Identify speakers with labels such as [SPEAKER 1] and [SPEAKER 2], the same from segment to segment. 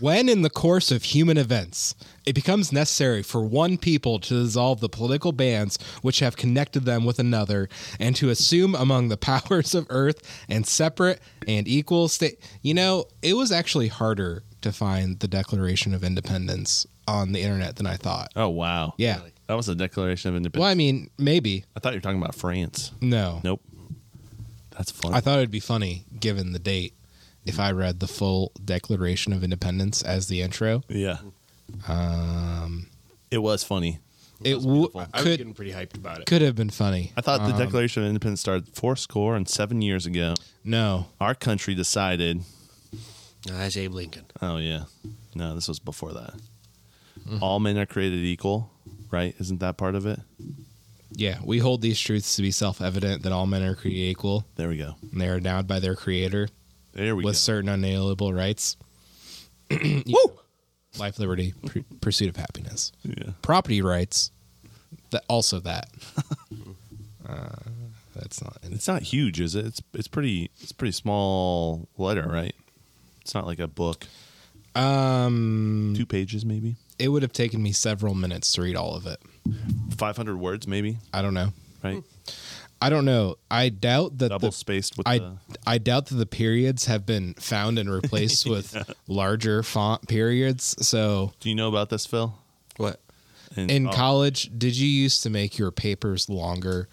[SPEAKER 1] When in the course of human events, it becomes necessary for one people to dissolve the political bands which have connected them with another and to assume among the powers of earth and separate and equal state. You know, it was actually harder to find the Declaration of Independence on the internet than I thought.
[SPEAKER 2] Oh wow.
[SPEAKER 1] Yeah.
[SPEAKER 2] That was the Declaration of Independence.
[SPEAKER 1] Well, I mean, maybe.
[SPEAKER 2] I thought you were talking about France.
[SPEAKER 1] No.
[SPEAKER 2] Nope. That's funny.
[SPEAKER 1] I thought it'd be funny, given the date, if I read the full Declaration of Independence as the intro. Um,
[SPEAKER 2] yeah. Um it was funny.
[SPEAKER 1] It w-
[SPEAKER 3] I was
[SPEAKER 1] could
[SPEAKER 3] getting pretty hyped about it.
[SPEAKER 1] could have been funny.
[SPEAKER 2] I thought the Declaration of Independence started four score and seven years ago.
[SPEAKER 1] No,
[SPEAKER 2] Our country decided
[SPEAKER 3] Uh, that's Abe Lincoln.
[SPEAKER 2] Oh yeah. No, this was before that.
[SPEAKER 1] Mm-hmm.
[SPEAKER 2] All men are created equal, right? Isn't that part of it?
[SPEAKER 1] yeah, we hold these truths to be self-evident that all men are created equal
[SPEAKER 2] There we go.
[SPEAKER 1] and they are endowed by their Creator
[SPEAKER 2] There we
[SPEAKER 1] with
[SPEAKER 2] go.
[SPEAKER 1] certain unalienable rights. Woo! Life, liberty, pr- pursuit of happiness,
[SPEAKER 2] yeah.
[SPEAKER 1] property rights. That also that. Uh, that's not.
[SPEAKER 2] It's not huge, is it? It's it's pretty it's pretty small letter, right? It's not like a book.
[SPEAKER 1] Um,
[SPEAKER 2] Two pages maybe.
[SPEAKER 1] it would have taken me several minutes to read all of it.
[SPEAKER 2] Five hundred words maybe,
[SPEAKER 1] I don't know.
[SPEAKER 2] right?
[SPEAKER 1] I don't know. I doubt that
[SPEAKER 2] Double
[SPEAKER 1] the
[SPEAKER 2] spaced with
[SPEAKER 1] I
[SPEAKER 2] the
[SPEAKER 1] I doubt that the periods have been found and replaced with larger font periods. So
[SPEAKER 2] Do you know about this, Phil?
[SPEAKER 3] What?
[SPEAKER 1] in
[SPEAKER 2] oh,
[SPEAKER 1] college, did you used to make your papers longer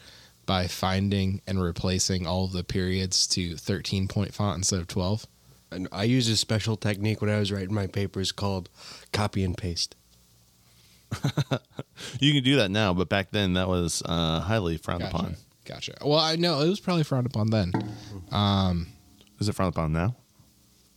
[SPEAKER 1] by finding and replacing all of the periods to 13 point font instead of 12?
[SPEAKER 3] And I used a special technique when I was writing my papers called copy and paste.
[SPEAKER 2] you can do that now, but back then that was uh, highly frowned upon.
[SPEAKER 1] Gotcha. Well, I know it was probably frowned upon then.
[SPEAKER 2] Is it frowned upon now?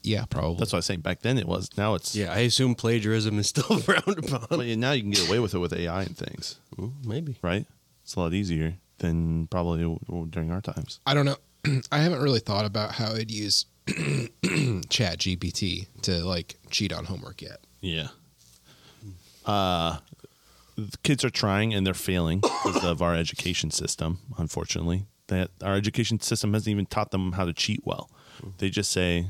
[SPEAKER 1] Yeah, probably.
[SPEAKER 2] That's what I was saying. Back then it was. Now it's
[SPEAKER 3] Yeah, I assume plagiarism is still frowned upon.
[SPEAKER 2] But yeah, now you can get away with it with AI and things,
[SPEAKER 3] Mm, Maybe.
[SPEAKER 2] right? It's a lot easier than probably w- w- during our times.
[SPEAKER 1] I don't know. I haven't really thought about how I'd use Chat GPT to like cheat on homework yet.
[SPEAKER 2] Yeah. Uh, the kids are trying and they're failing because of our education system, unfortunately. That our education system hasn't even taught them how to cheat well. They just say,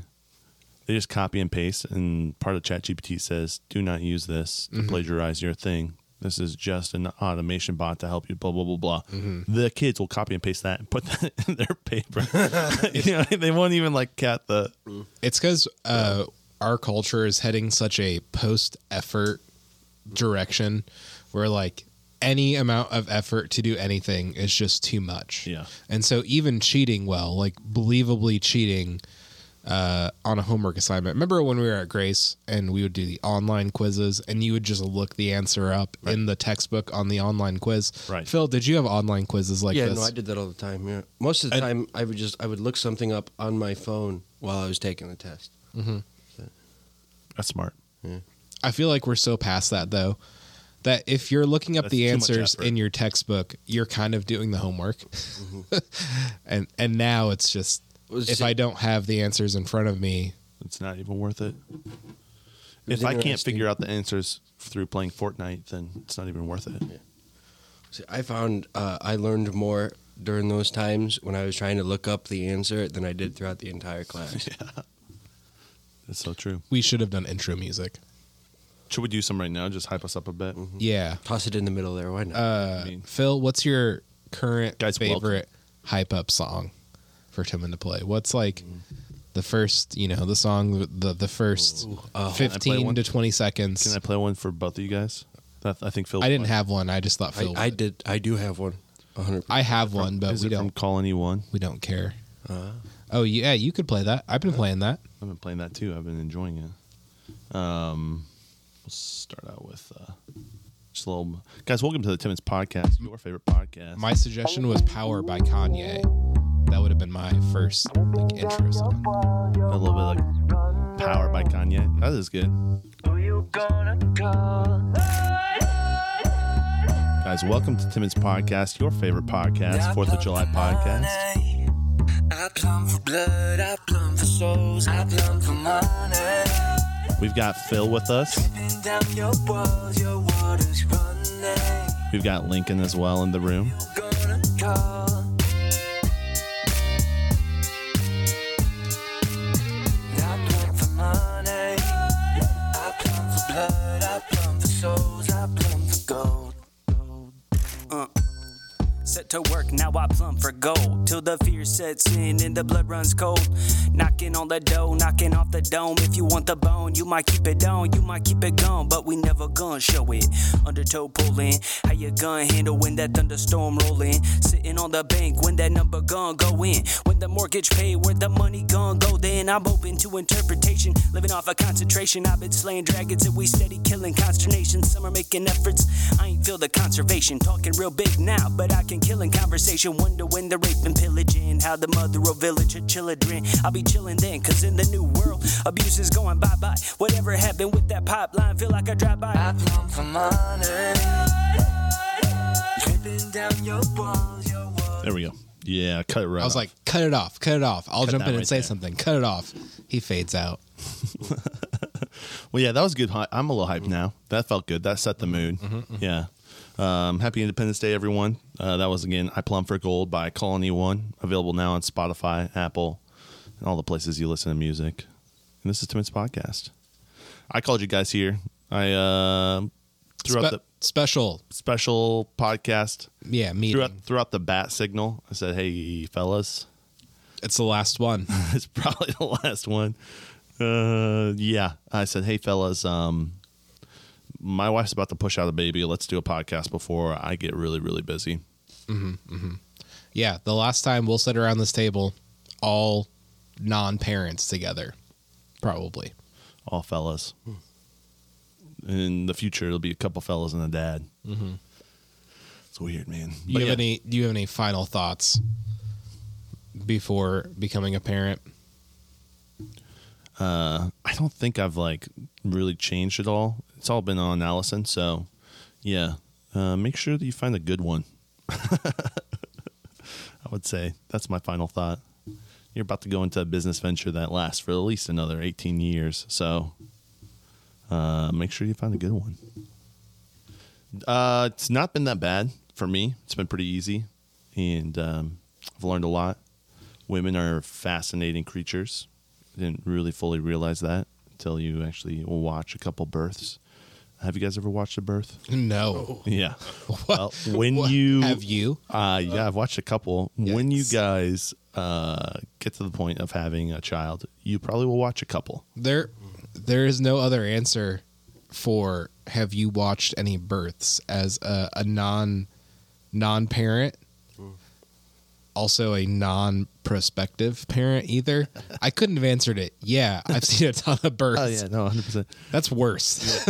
[SPEAKER 2] they just copy and paste. And part of ChatGPT says, do not use this to plagiarize your thing. This is just an automation bot to help you, blah, blah, blah, blah. The kids will copy and paste that and put that in their paper. you know, they won't even like cat the.
[SPEAKER 1] It's because uh, our culture is heading such a post effort direction where, like, any amount of effort to do anything is just too much.
[SPEAKER 2] Yeah.
[SPEAKER 1] And so, even cheating well, like, believably cheating uh, on a homework assignment. Remember when we were at Grace and we would do the online quizzes and you would just look the answer up in the textbook on the online quiz?
[SPEAKER 2] Right.
[SPEAKER 1] Phil, did you have online quizzes like
[SPEAKER 3] yeah,
[SPEAKER 1] this?
[SPEAKER 3] no, I did that all the time. Yeah, most of the time I would just I would look something up on my phone while I was taking the test.
[SPEAKER 2] That's smart.
[SPEAKER 1] I feel like we're so past that though. That if you're looking up
[SPEAKER 2] That's
[SPEAKER 1] the
[SPEAKER 2] too much
[SPEAKER 1] answers
[SPEAKER 2] effort.
[SPEAKER 1] in your textbook, you're kind of doing the homework. and and now it's just
[SPEAKER 3] Was
[SPEAKER 1] if
[SPEAKER 3] it-
[SPEAKER 1] I don't have the answers in front of me,
[SPEAKER 2] It's not even worth it.
[SPEAKER 3] was
[SPEAKER 2] If I can't
[SPEAKER 3] interesting.
[SPEAKER 2] figure out the answers through playing Fortnite, then it's not even worth it.
[SPEAKER 3] See, I found uh, I learned more during those times when I was trying to look up the answer than I did throughout the entire class.
[SPEAKER 2] That's so true.
[SPEAKER 1] we should have done intro music.
[SPEAKER 2] Should we do some right now? Just hype us up a bit.
[SPEAKER 1] Yeah.
[SPEAKER 3] Toss it in the middle there. Why not?
[SPEAKER 1] Uh,
[SPEAKER 2] mean-
[SPEAKER 1] Phil, what's your current
[SPEAKER 2] Guys, welcome.
[SPEAKER 1] favorite hype up song for Timon to play? What's like the first, you know, the song the the first
[SPEAKER 2] one?
[SPEAKER 1] 15 to 20
[SPEAKER 2] Can
[SPEAKER 1] seconds.
[SPEAKER 2] I play one for both of you guys? That, I think Phil.
[SPEAKER 1] I didn't
[SPEAKER 2] would
[SPEAKER 1] have one. I just thought Phil
[SPEAKER 3] I,
[SPEAKER 1] would.
[SPEAKER 3] I did. I do have one. 100.
[SPEAKER 1] I have
[SPEAKER 2] like.
[SPEAKER 1] one, but
[SPEAKER 2] Is
[SPEAKER 1] we
[SPEAKER 2] it from
[SPEAKER 1] don't
[SPEAKER 2] Call Anyone?
[SPEAKER 1] we don't care. oh yeah, you could play that. I've been playing that.
[SPEAKER 2] I've been playing that too. I've been enjoying it. Um, we'll start out with uh, just a little. Guys, welcome to the Timmons podcast, your favorite podcast.
[SPEAKER 1] My suggestion was "Power" by Kanye. That would have been my first like intro song.
[SPEAKER 2] a little bit like Power by Kanye. That is good.
[SPEAKER 4] Who you gonna call?
[SPEAKER 2] Guys, welcome to Timmons podcast, your favorite podcast, Fourth of July podcast.
[SPEAKER 4] I plumb for blood, I plumb for souls, I plumb for money.
[SPEAKER 2] We've got Phil with us.
[SPEAKER 4] Been down your walls, your water's running.
[SPEAKER 2] We've got Lincoln as well in the room.
[SPEAKER 4] Gonna call. I plumb for money. I to work, now I plumb for gold. Till the fear sets in and the blood runs cold. Knocking on the door, knocking off the dome. If you want the bone, you might keep it on, you might keep it gone, but we never gonna show it. Undertow pulling, how your gun handle when that thunderstorm rolling. Sitting on the bank when that number gun go in. When the mortgage paid, where the money gun go, then I'm open to interpretation. Living off a concentration, I've been slaying dragons and we steady killing consternation. Some are making efforts, I ain't feel the conservation. Talking real big now, but I can kill in conversation. Wonder when the rape and pillaging, how the mother of village her children. I'll be chilling then, cause in the new world, abuse is going bye bye. Whatever happened with that pipeline, feel like I drive by. I plumb for money. Dripping down your walls, your walls.
[SPEAKER 2] There we go. Yeah, cut it right.
[SPEAKER 1] I was
[SPEAKER 2] off.
[SPEAKER 1] like, cut it off, cut it off. I'll
[SPEAKER 2] Cut
[SPEAKER 1] jump
[SPEAKER 2] that
[SPEAKER 1] in and
[SPEAKER 2] right
[SPEAKER 1] say
[SPEAKER 2] there.
[SPEAKER 1] something. Cut it off. He fades out.
[SPEAKER 2] well, yeah, that was good. hy- I'm a little hyped now. That felt good. That set the mood.
[SPEAKER 1] Mm-hmm,
[SPEAKER 2] Yeah. Um, happy Independence Day, everyone. Uh, that was again "I Plum for Gold" by Colony One, available now on Spotify, Apple, and all the places you listen to music. And this is Timmons Podcast. I called you guys here. I uh, throughout
[SPEAKER 1] Spe-
[SPEAKER 2] the
[SPEAKER 1] special,
[SPEAKER 2] special podcast
[SPEAKER 1] yeah, meeting.
[SPEAKER 2] throughout throughout the bat signal. I said, "Hey, fellas."
[SPEAKER 1] it's the last one.
[SPEAKER 2] it's probably the last one. Uh, yeah, I said, hey fellas, um, my wife's about to push out a baby. Let's do a podcast before I get really, really busy.
[SPEAKER 1] yeah, the last time we'll sit around this table, all non-parents together, probably.
[SPEAKER 2] All fellas. In the future, it'll be a couple fellas and a dad. Mm-hmm. It's weird, man.
[SPEAKER 1] Do
[SPEAKER 2] But
[SPEAKER 1] you have
[SPEAKER 2] yeah.
[SPEAKER 1] any? Do you have any final thoughts before becoming a parent?
[SPEAKER 2] Uh, I don't think I've like really changed at all. It's all been on Allison, so yeah. Uh, make sure that you find a good one. I would say that's my final thought. You're about to go into a business venture that lasts for at least another 18 years, so uh, make sure you find a good one. Uh, it's not been that bad for me. It's been pretty easy, and um, I've learned a lot. Women are fascinating creatures. Didn't really fully realize that until you actually watch a couple births. Have you guys ever watched a birth?
[SPEAKER 1] No.
[SPEAKER 2] Yeah. Well, when you
[SPEAKER 1] have you?
[SPEAKER 2] uh, yeah, I've watched a couple. When you guys uh, get to the point of having a child, you probably will watch a couple.
[SPEAKER 1] There, there is no other answer for have you watched any births as a, a non non parent, also a non prospective parent either. I couldn't have answered it. Yeah, I've seen a ton of births.
[SPEAKER 2] Oh yeah, no, hundred percent.
[SPEAKER 1] That's worse.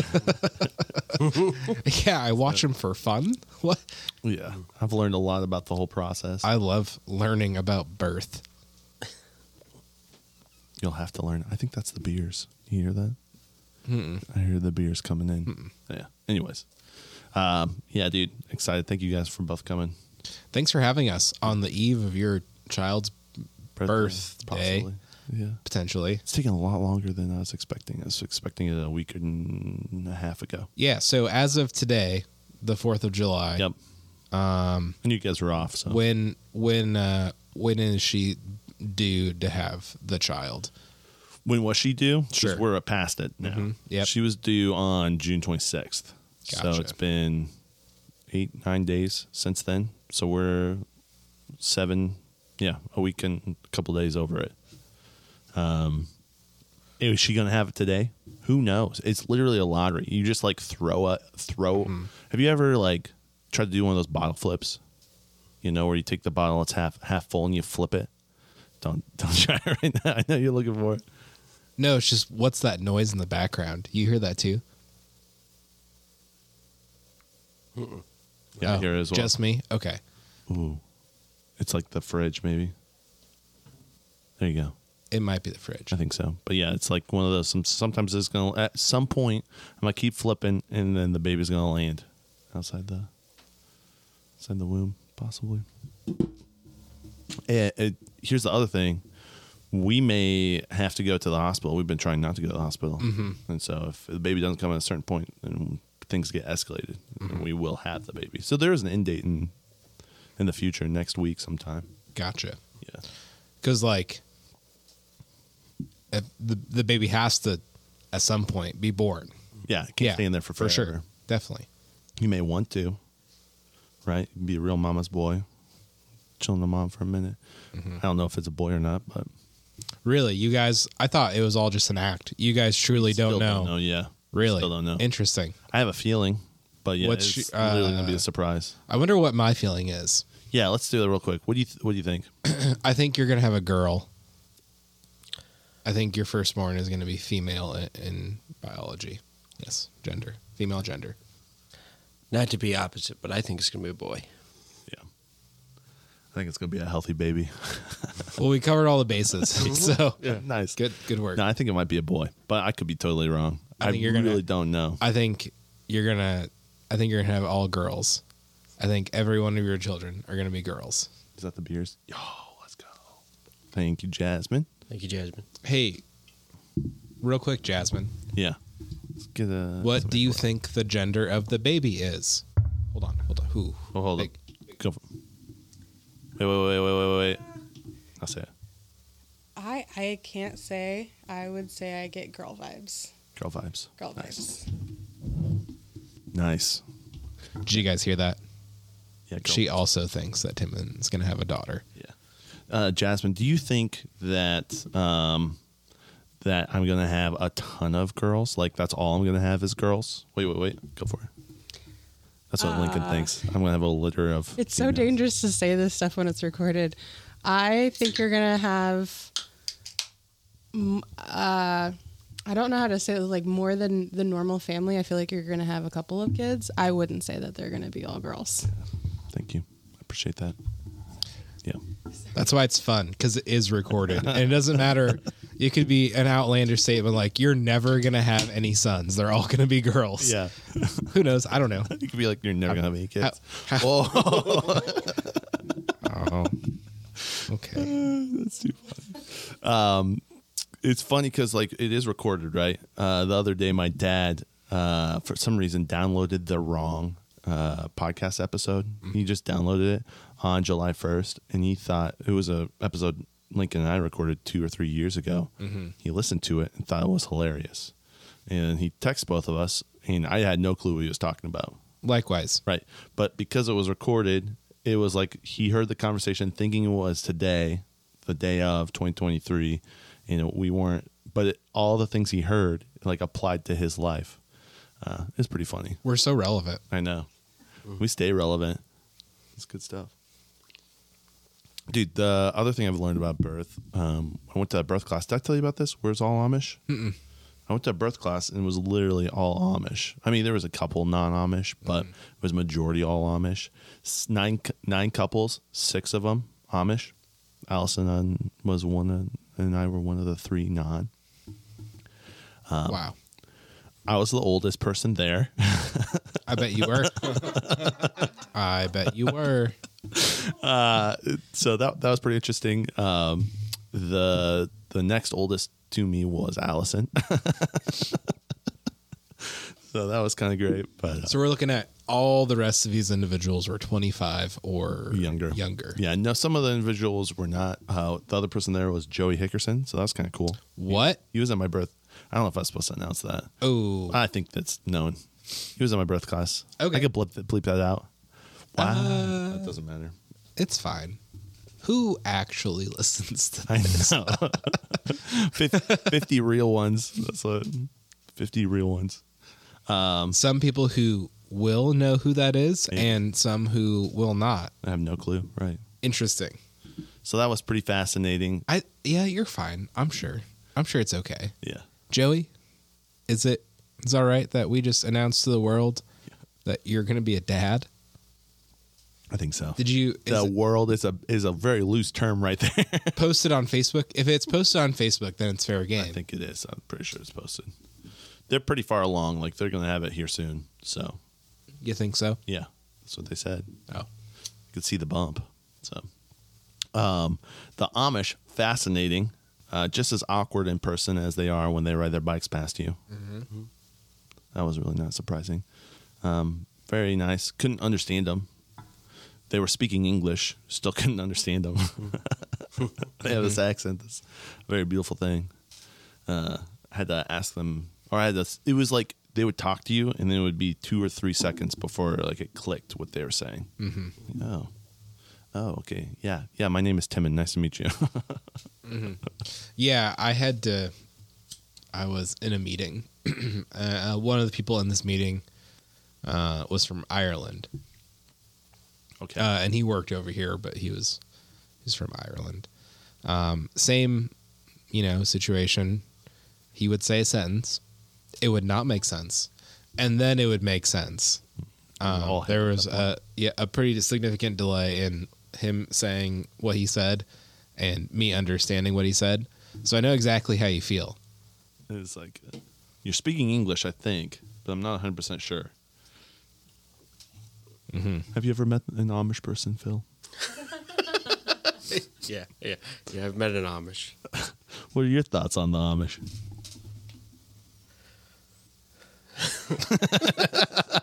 [SPEAKER 1] yeah, I watch them for fun. What?
[SPEAKER 2] Yeah, I've learned a lot about the whole process.
[SPEAKER 1] I love learning about birth.
[SPEAKER 2] You'll have to learn. I think that's the beers. You hear that? I hear the beers coming in. Yeah. Anyways, um, yeah, dude, excited. Thank you guys for both coming.
[SPEAKER 1] Thanks for having us on the eve of your child's Birthday.
[SPEAKER 2] Yeah.
[SPEAKER 1] potentially.
[SPEAKER 2] It's taking a lot longer than I was expecting. I was expecting it a week and a half ago.
[SPEAKER 1] Yeah, so as of today, the 4th of July,
[SPEAKER 2] Yep. Um, and you guys were off, so
[SPEAKER 1] when when uh when is she due to have the child?
[SPEAKER 2] when was she due? 'Cause
[SPEAKER 1] Sure. Mm-hmm.
[SPEAKER 2] we're past it now.
[SPEAKER 1] Yep.
[SPEAKER 2] She was due on June 26th.
[SPEAKER 1] Gotcha.
[SPEAKER 2] So it's been eight, nine days since then. So we're seven, yeah, a week and a couple days over it. Um, is she gonna have it today? Who knows? It's literally a lottery. You just like throw a throw.
[SPEAKER 1] Mm-hmm.
[SPEAKER 2] Have you ever like tried to do one of those bottle flips? You know, where you take the bottle, it's half half full, and you flip it. Don't don't try it right now. I know you're looking for it.
[SPEAKER 1] No, it's just what's that noise in the background? You hear that too?
[SPEAKER 2] Yeah,
[SPEAKER 1] Oh,
[SPEAKER 2] here as well.
[SPEAKER 1] Just me? Okay.
[SPEAKER 2] Ooh. It's like the fridge, maybe. There you go.
[SPEAKER 1] It might be the fridge.
[SPEAKER 2] I think so. But yeah, it's like one of those. Some, sometimes it's going to, at some point, I'm going to keep flipping and then the baby's going to land outside the outside the womb, possibly. Eh, eh, here's the other thing. We may have to go to the hospital. We've been trying not to go to the hospital. And so if the baby doesn't come at a certain point, then things get escalated and we will have the baby. So there is an end date in, in the future, next week sometime.
[SPEAKER 1] Gotcha.
[SPEAKER 2] Yeah.
[SPEAKER 1] because like if the the baby has to at some point be born.
[SPEAKER 2] Yeah. It can't stay in there for forever.
[SPEAKER 1] sure, definitely.
[SPEAKER 2] You may want to, right? Be a real mama's boy. chilling the mom for a minute. I don't know if it's a boy or not, but
[SPEAKER 1] Really, you guys? I thought it was all just an act. You guys truly
[SPEAKER 2] still
[SPEAKER 1] don't know.
[SPEAKER 2] don't know. Yeah,
[SPEAKER 1] Really,
[SPEAKER 2] still don't know.
[SPEAKER 1] Interesting.
[SPEAKER 2] I have a feeling, but yeah,
[SPEAKER 1] What's
[SPEAKER 2] it's
[SPEAKER 1] your- uh,
[SPEAKER 2] literally gonna be a surprise.
[SPEAKER 1] I wonder what my feeling is.
[SPEAKER 2] Yeah, let's do that real quick. What do you th- What do you think?
[SPEAKER 1] I think you're gonna have a girl. I think your firstborn is gonna be female i- in biology. Yes, gender, female gender.
[SPEAKER 3] Not to be opposite, but I think it's gonna be a boy.
[SPEAKER 2] Yeah, I think it's gonna be a healthy baby.
[SPEAKER 1] Well, we covered all the bases, so
[SPEAKER 2] nice.
[SPEAKER 1] good, good work.
[SPEAKER 2] No, I think it might be a boy, but I could be totally wrong.
[SPEAKER 1] I
[SPEAKER 2] I,
[SPEAKER 1] think you're
[SPEAKER 2] really
[SPEAKER 1] gonna-
[SPEAKER 2] don't know.
[SPEAKER 1] I think you're gonna. I think you're gonna have all girls. I think every one of your children are gonna be girls.
[SPEAKER 2] Is that the beers? Yo, let's go. Thank you, Jasmine.
[SPEAKER 3] Thank you, Jasmine.
[SPEAKER 1] Hey, real quick, Jasmine,
[SPEAKER 2] Yeah. Let's get a.
[SPEAKER 1] what do you think the gender of the baby is? Hold on, hold on. Who?
[SPEAKER 2] Oh, hold on.
[SPEAKER 1] Like,
[SPEAKER 2] Go for Wait, wait, wait, wait, wait, wait. I'll say it.
[SPEAKER 5] I I can't say. I would say I get girl vibes.
[SPEAKER 2] Girl vibes.
[SPEAKER 5] Girl vibes.
[SPEAKER 2] Nice.
[SPEAKER 1] Did you guys hear that?
[SPEAKER 2] Yeah, girl.
[SPEAKER 1] She also thinks that Timon's gonna have a daughter.
[SPEAKER 2] Yeah. Uh, Jasmine, do you think that um, that I'm gonna have a ton of girls? Like that's all I'm gonna have is girls? Wait, wait, wait. Go for it. That's what Lincoln thinks. I'm gonna have a litter of.
[SPEAKER 5] Uh, It's so
[SPEAKER 2] females.
[SPEAKER 5] dangerous to say this stuff when it's recorded. I think you're gonna have. mm, Uh, I don't know how to say it. Like more than the normal family, I feel like you're gonna have a couple of kids. I wouldn't say that they're gonna be all girls.
[SPEAKER 2] Thank you. I appreciate that. Yeah.
[SPEAKER 1] That's why it's fun because it is recorded, and it doesn't matter. It could be an outlandish statement like "You're never gonna have any sons; they're all gonna be girls." Who knows? I don't know.
[SPEAKER 2] You could be like, you're never gonna have any kids.
[SPEAKER 1] Oh. Okay.
[SPEAKER 2] That's too funny. Um, it's funny because like it is recorded, right? Uh, the other day, my dad, uh, for some reason, downloaded the wrong uh, podcast episode. He just downloaded it on July first, and he thought it was a episode Lincoln and I recorded two or three years ago. He listened to it and thought it was hilarious, and he texted both of us, and I had no clue what he was talking about.
[SPEAKER 1] Likewise.
[SPEAKER 2] Right. But because it was recorded, it was like he heard the conversation thinking it was today, the day of 2023, and we weren't. But it, all the things he heard like applied to his life. Uh, it's pretty funny.
[SPEAKER 1] We're so relevant.
[SPEAKER 2] I know. We stay relevant. It's good stuff. Dude, the other thing I've learned about birth, um, I went to a birth class. Did I tell you about this? Where's all Amish? I went to a birth class and it was literally all Amish. I mean, there was a couple non-Amish, but it was majority all Amish. S- Nine cou- nine couples, six of them Amish. Allison um, was one, of, and I were one of the three non.
[SPEAKER 1] wow.
[SPEAKER 2] I was the oldest person there.
[SPEAKER 1] I bet you were. I bet you were.
[SPEAKER 2] so that that was pretty interesting. Um, the the next oldest to me was Allison, so that was kind of great. But uh,
[SPEAKER 1] So we're looking at all the rest of these individuals were 25 or
[SPEAKER 2] younger,
[SPEAKER 1] Younger.
[SPEAKER 2] yeah. No, some of the individuals were not. Uh, the other person there was Joey Hickerson, so that was kind of cool.
[SPEAKER 1] What?
[SPEAKER 2] He was at my birth. I don't know if I was supposed to announce that.
[SPEAKER 1] Oh,
[SPEAKER 2] I think that's known. He was at my birth class.
[SPEAKER 1] Okay.
[SPEAKER 2] I could bleep, bleep that out. Wow, that doesn't matter.
[SPEAKER 1] uh, it's fine. Who actually listens to
[SPEAKER 2] I know. 50, 50 real ones. That's what. 50 real ones.
[SPEAKER 1] some people who will know who that is and some who will not.
[SPEAKER 2] I have no clue. Right.
[SPEAKER 1] Interesting.
[SPEAKER 2] So that was pretty fascinating.
[SPEAKER 1] I yeah, you're fine. I'm sure. I'm sure it's okay.
[SPEAKER 2] Yeah.
[SPEAKER 1] Joey, is it is it all right that we just announced to the world that you're going to be a dad?
[SPEAKER 2] I think so.
[SPEAKER 1] Did you is
[SPEAKER 2] the
[SPEAKER 1] it
[SPEAKER 2] world is a is a very loose term right there.
[SPEAKER 1] post it on Facebook? If it's posted on Facebook, then it's fair game.
[SPEAKER 2] I think it is. I'm pretty sure it's posted. They're pretty far along. Like they're going to have it here soon. So,
[SPEAKER 1] you think so?
[SPEAKER 2] yeah. That's what they said.
[SPEAKER 1] Oh.
[SPEAKER 2] you could see the bump. So, um, the Amish fascinating, uh, just as awkward in person as they are when they ride their bikes past you. That was really not surprising. Um, very nice. Couldn't understand them. They were speaking English. Still couldn't understand them. they have this accent. It's a very beautiful thing. Uh, I had to ask them, or I had to. It was like they would talk to you, and then it would be two or three seconds before like it clicked what they were saying. Oh, Oh, okay. Yeah. Yeah. My name is Tim, and nice to meet you.
[SPEAKER 1] Yeah, I had to. I was in a meeting. uh, one of the people in this meeting uh, was from Ireland,
[SPEAKER 2] okay.
[SPEAKER 1] uh, and he worked over here, but he was he's from Ireland. Um, same, you know, situation. He would say a sentence, it would not make sense, and then it would make sense.
[SPEAKER 2] All
[SPEAKER 1] Um,
[SPEAKER 2] happened
[SPEAKER 1] there was a yeah a pretty significant delay in him saying what he said and me understanding what he said. So I know exactly how you feel.
[SPEAKER 2] it's like uh, you're speaking English, I think, but I'm not 100 percent sure. Have you ever met an Amish person, Phil?
[SPEAKER 3] Yeah, yeah, yeah. I've met an Amish.
[SPEAKER 2] What are your thoughts on the Amish?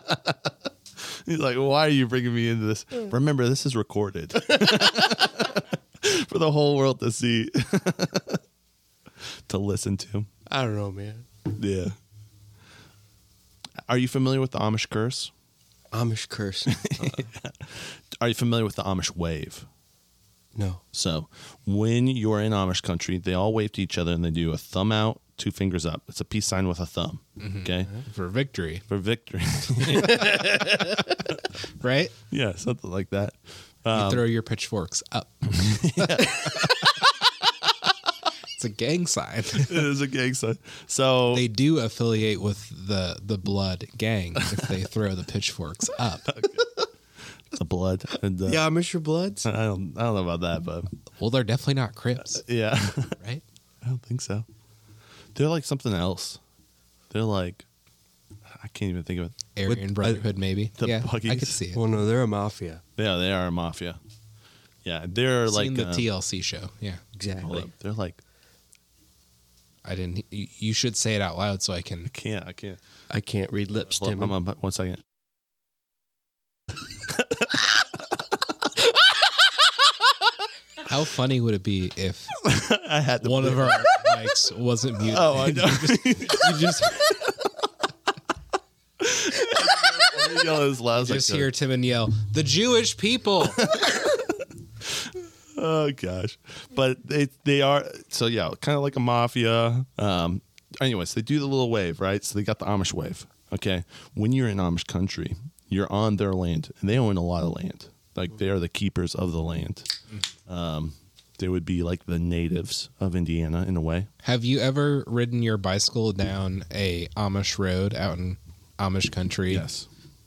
[SPEAKER 2] He's like, why are you bringing me into this? Remember, this is recorded for the whole world to see, to listen to.
[SPEAKER 3] I don't know, man.
[SPEAKER 2] Yeah. Are you familiar with the Amish curse?
[SPEAKER 3] Amish curse. Uh-uh.
[SPEAKER 2] Are you familiar with the Amish wave?
[SPEAKER 3] no.
[SPEAKER 2] So when you're in Amish country, they all wave to each other and they do a thumb out, two fingers up. It's a peace sign with a thumb. Okay.
[SPEAKER 1] for victory,
[SPEAKER 2] For victory.
[SPEAKER 1] right?
[SPEAKER 2] yeah, something like that.
[SPEAKER 1] you throw your pitchforks up. it's a gang sign.
[SPEAKER 2] it is a gang sign. So
[SPEAKER 1] They do affiliate with the the blood gang if they throw the pitchforks up.
[SPEAKER 2] the blood and the,
[SPEAKER 3] The Amish are bloods?
[SPEAKER 2] I don't I don't know about that, but
[SPEAKER 1] Well, they're definitely not Crips,
[SPEAKER 2] yeah.
[SPEAKER 1] right?
[SPEAKER 2] I don't think so. They're like something else. They're like I can't even think of it.
[SPEAKER 1] Aryan Brotherhood, maybe.
[SPEAKER 2] the
[SPEAKER 1] yeah, I
[SPEAKER 2] buggies.
[SPEAKER 1] could see it.
[SPEAKER 3] Well, no, they're a mafia.
[SPEAKER 2] Yeah, they are a mafia. Yeah, they're
[SPEAKER 1] I've seen
[SPEAKER 2] like
[SPEAKER 1] the
[SPEAKER 2] uh,
[SPEAKER 1] TLC show. Yeah,
[SPEAKER 2] hold
[SPEAKER 3] Exactly.
[SPEAKER 2] up. They're like
[SPEAKER 1] I didn't. You, you should say it out loud so I can.
[SPEAKER 2] can't I can't.
[SPEAKER 3] I can't read lips,
[SPEAKER 2] Hold
[SPEAKER 3] Tim.
[SPEAKER 2] on, hold on, one second.
[SPEAKER 1] How funny would it be if
[SPEAKER 2] I had
[SPEAKER 1] one of our mics wasn't muted?
[SPEAKER 2] Oh, I know.
[SPEAKER 1] you just
[SPEAKER 2] Yell as loud as I
[SPEAKER 1] just
[SPEAKER 2] could.
[SPEAKER 1] hear Tim and yell, "The Jewish people."
[SPEAKER 2] Oh gosh, but they they are so yeah, kind of like a mafia. Um, anyways, they do the little wave, right? So they got the Amish wave. Okay, when you're in Amish country, you're on their land, and they own a lot of land. Like they are the keepers of the land.
[SPEAKER 1] Mm.
[SPEAKER 2] Um, they would be like the natives of Indiana in a way.
[SPEAKER 1] Have you ever ridden your bicycle down a Amish road out in Amish country?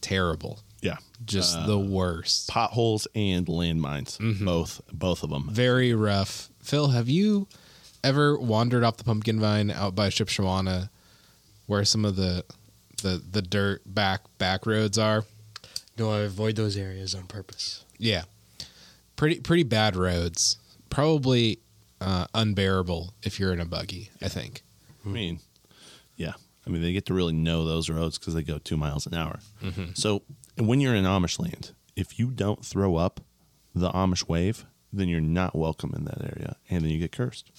[SPEAKER 1] Terrible.
[SPEAKER 2] Yeah.
[SPEAKER 1] Just
[SPEAKER 2] Uh,
[SPEAKER 1] the worst.
[SPEAKER 2] Potholes and landmines, both both of them.
[SPEAKER 1] Very rough. Phil, have you ever wandered off the pumpkin vine out by Shipshawana where some of the the the dirt back back roads are?
[SPEAKER 3] No, I avoid those areas on purpose.
[SPEAKER 1] Yeah. Pretty pretty bad roads. Probably uh, unbearable if you're in a buggy, I think.
[SPEAKER 2] I mean, yeah. I mean, they get to really know those roads because they go two miles an hour.
[SPEAKER 1] Mm-hmm.
[SPEAKER 2] So when you're in Amish land, if you don't throw up the Amish wave, then you're not welcome in that area, and then you get cursed.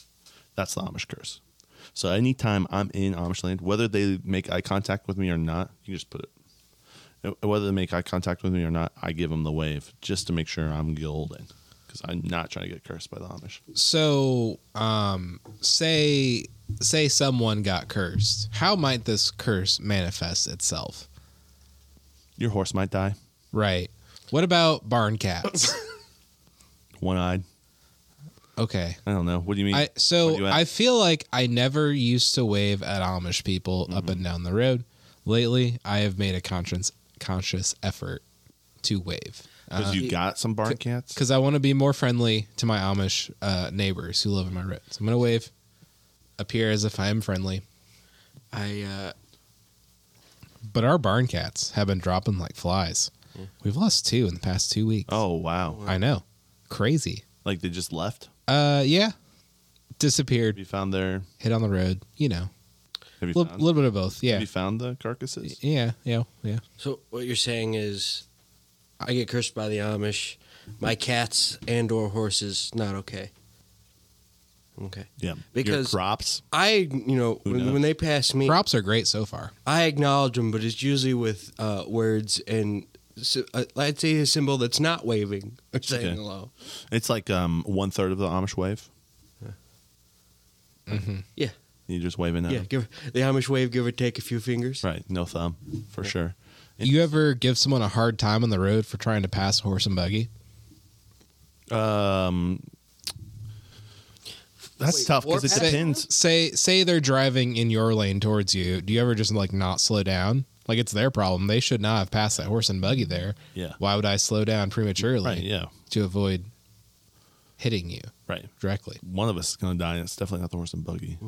[SPEAKER 2] That's the Amish curse. So anytime I'm in Amish land, whether they make eye contact with me or not, you just put it. Uh, Whether they make eye contact with me or not, I give them the wave just to make sure I'm golden because I'm not trying to get cursed by the Amish.
[SPEAKER 1] so um say say someone got cursed how might this curse manifest itself
[SPEAKER 2] Your horse might die,
[SPEAKER 1] right what about barn cats
[SPEAKER 2] one eyed.
[SPEAKER 1] okay
[SPEAKER 2] I don't know. What do you mean?
[SPEAKER 1] i
[SPEAKER 2] Where you
[SPEAKER 1] so
[SPEAKER 2] at?
[SPEAKER 1] i feel like i never used to wave at amish people
[SPEAKER 2] Mm-hmm.
[SPEAKER 1] up and down the road lately i have made a conscience conscious effort to wave
[SPEAKER 2] Because you got some barn cats?
[SPEAKER 1] because i want to be more friendly to my amish uh, neighbors who live in my road so i'm gonna wave appear as if i am friendly
[SPEAKER 3] I, uh,
[SPEAKER 1] But our barn cats have been dropping like flies. We've lost two in the past two weeks.
[SPEAKER 2] Mm. Oh, wow.
[SPEAKER 1] I know. Crazy.
[SPEAKER 2] Like they just left?
[SPEAKER 1] Uh, yeah. Disappeared.
[SPEAKER 2] Have you found their.
[SPEAKER 1] Hit on the road. You know,
[SPEAKER 2] Have you,
[SPEAKER 1] a
[SPEAKER 2] found,
[SPEAKER 1] little bit of both.
[SPEAKER 2] have
[SPEAKER 1] Yeah.
[SPEAKER 2] you found the carcasses?
[SPEAKER 1] Yeah. Yeah. Yeah.
[SPEAKER 3] so what you're saying is I get cursed by the Amish. My cats and or horses, not okay. Okay.
[SPEAKER 2] Yeah.
[SPEAKER 3] Because-
[SPEAKER 2] Your crops?
[SPEAKER 3] I, you know,
[SPEAKER 2] Who
[SPEAKER 3] when,
[SPEAKER 2] knows?
[SPEAKER 3] when they pass me,
[SPEAKER 1] Crops are great so far.
[SPEAKER 3] I acknowledge them, but it's usually with uh, words and s- uh, I'd say a symbol that's not waving or saying
[SPEAKER 2] Okay.
[SPEAKER 3] hello.
[SPEAKER 2] It's like um, one third of the Amish wave.
[SPEAKER 1] Mm-hmm.
[SPEAKER 3] Yeah,
[SPEAKER 2] You're just waving at
[SPEAKER 3] yeah.
[SPEAKER 2] them.
[SPEAKER 3] Give the Amish wave, give or take a few fingers.
[SPEAKER 2] Right. No thumb, for sure.
[SPEAKER 1] You ever give someone a hard time on the road for trying to pass a horse and buggy?
[SPEAKER 2] Um, That's
[SPEAKER 3] Wait,
[SPEAKER 2] tough because
[SPEAKER 3] or
[SPEAKER 2] it
[SPEAKER 3] at-
[SPEAKER 2] depends.
[SPEAKER 1] Say say they're driving in your lane towards you. Do you ever just like not slow down? Like it's their problem. They should not have passed that horse and buggy there.
[SPEAKER 2] Yeah.
[SPEAKER 1] Why would I slow down prematurely
[SPEAKER 2] Right. Yeah.
[SPEAKER 1] to avoid hitting you
[SPEAKER 2] Right.
[SPEAKER 1] directly?
[SPEAKER 2] One of us is going to die, and it's definitely not the horse and buggy.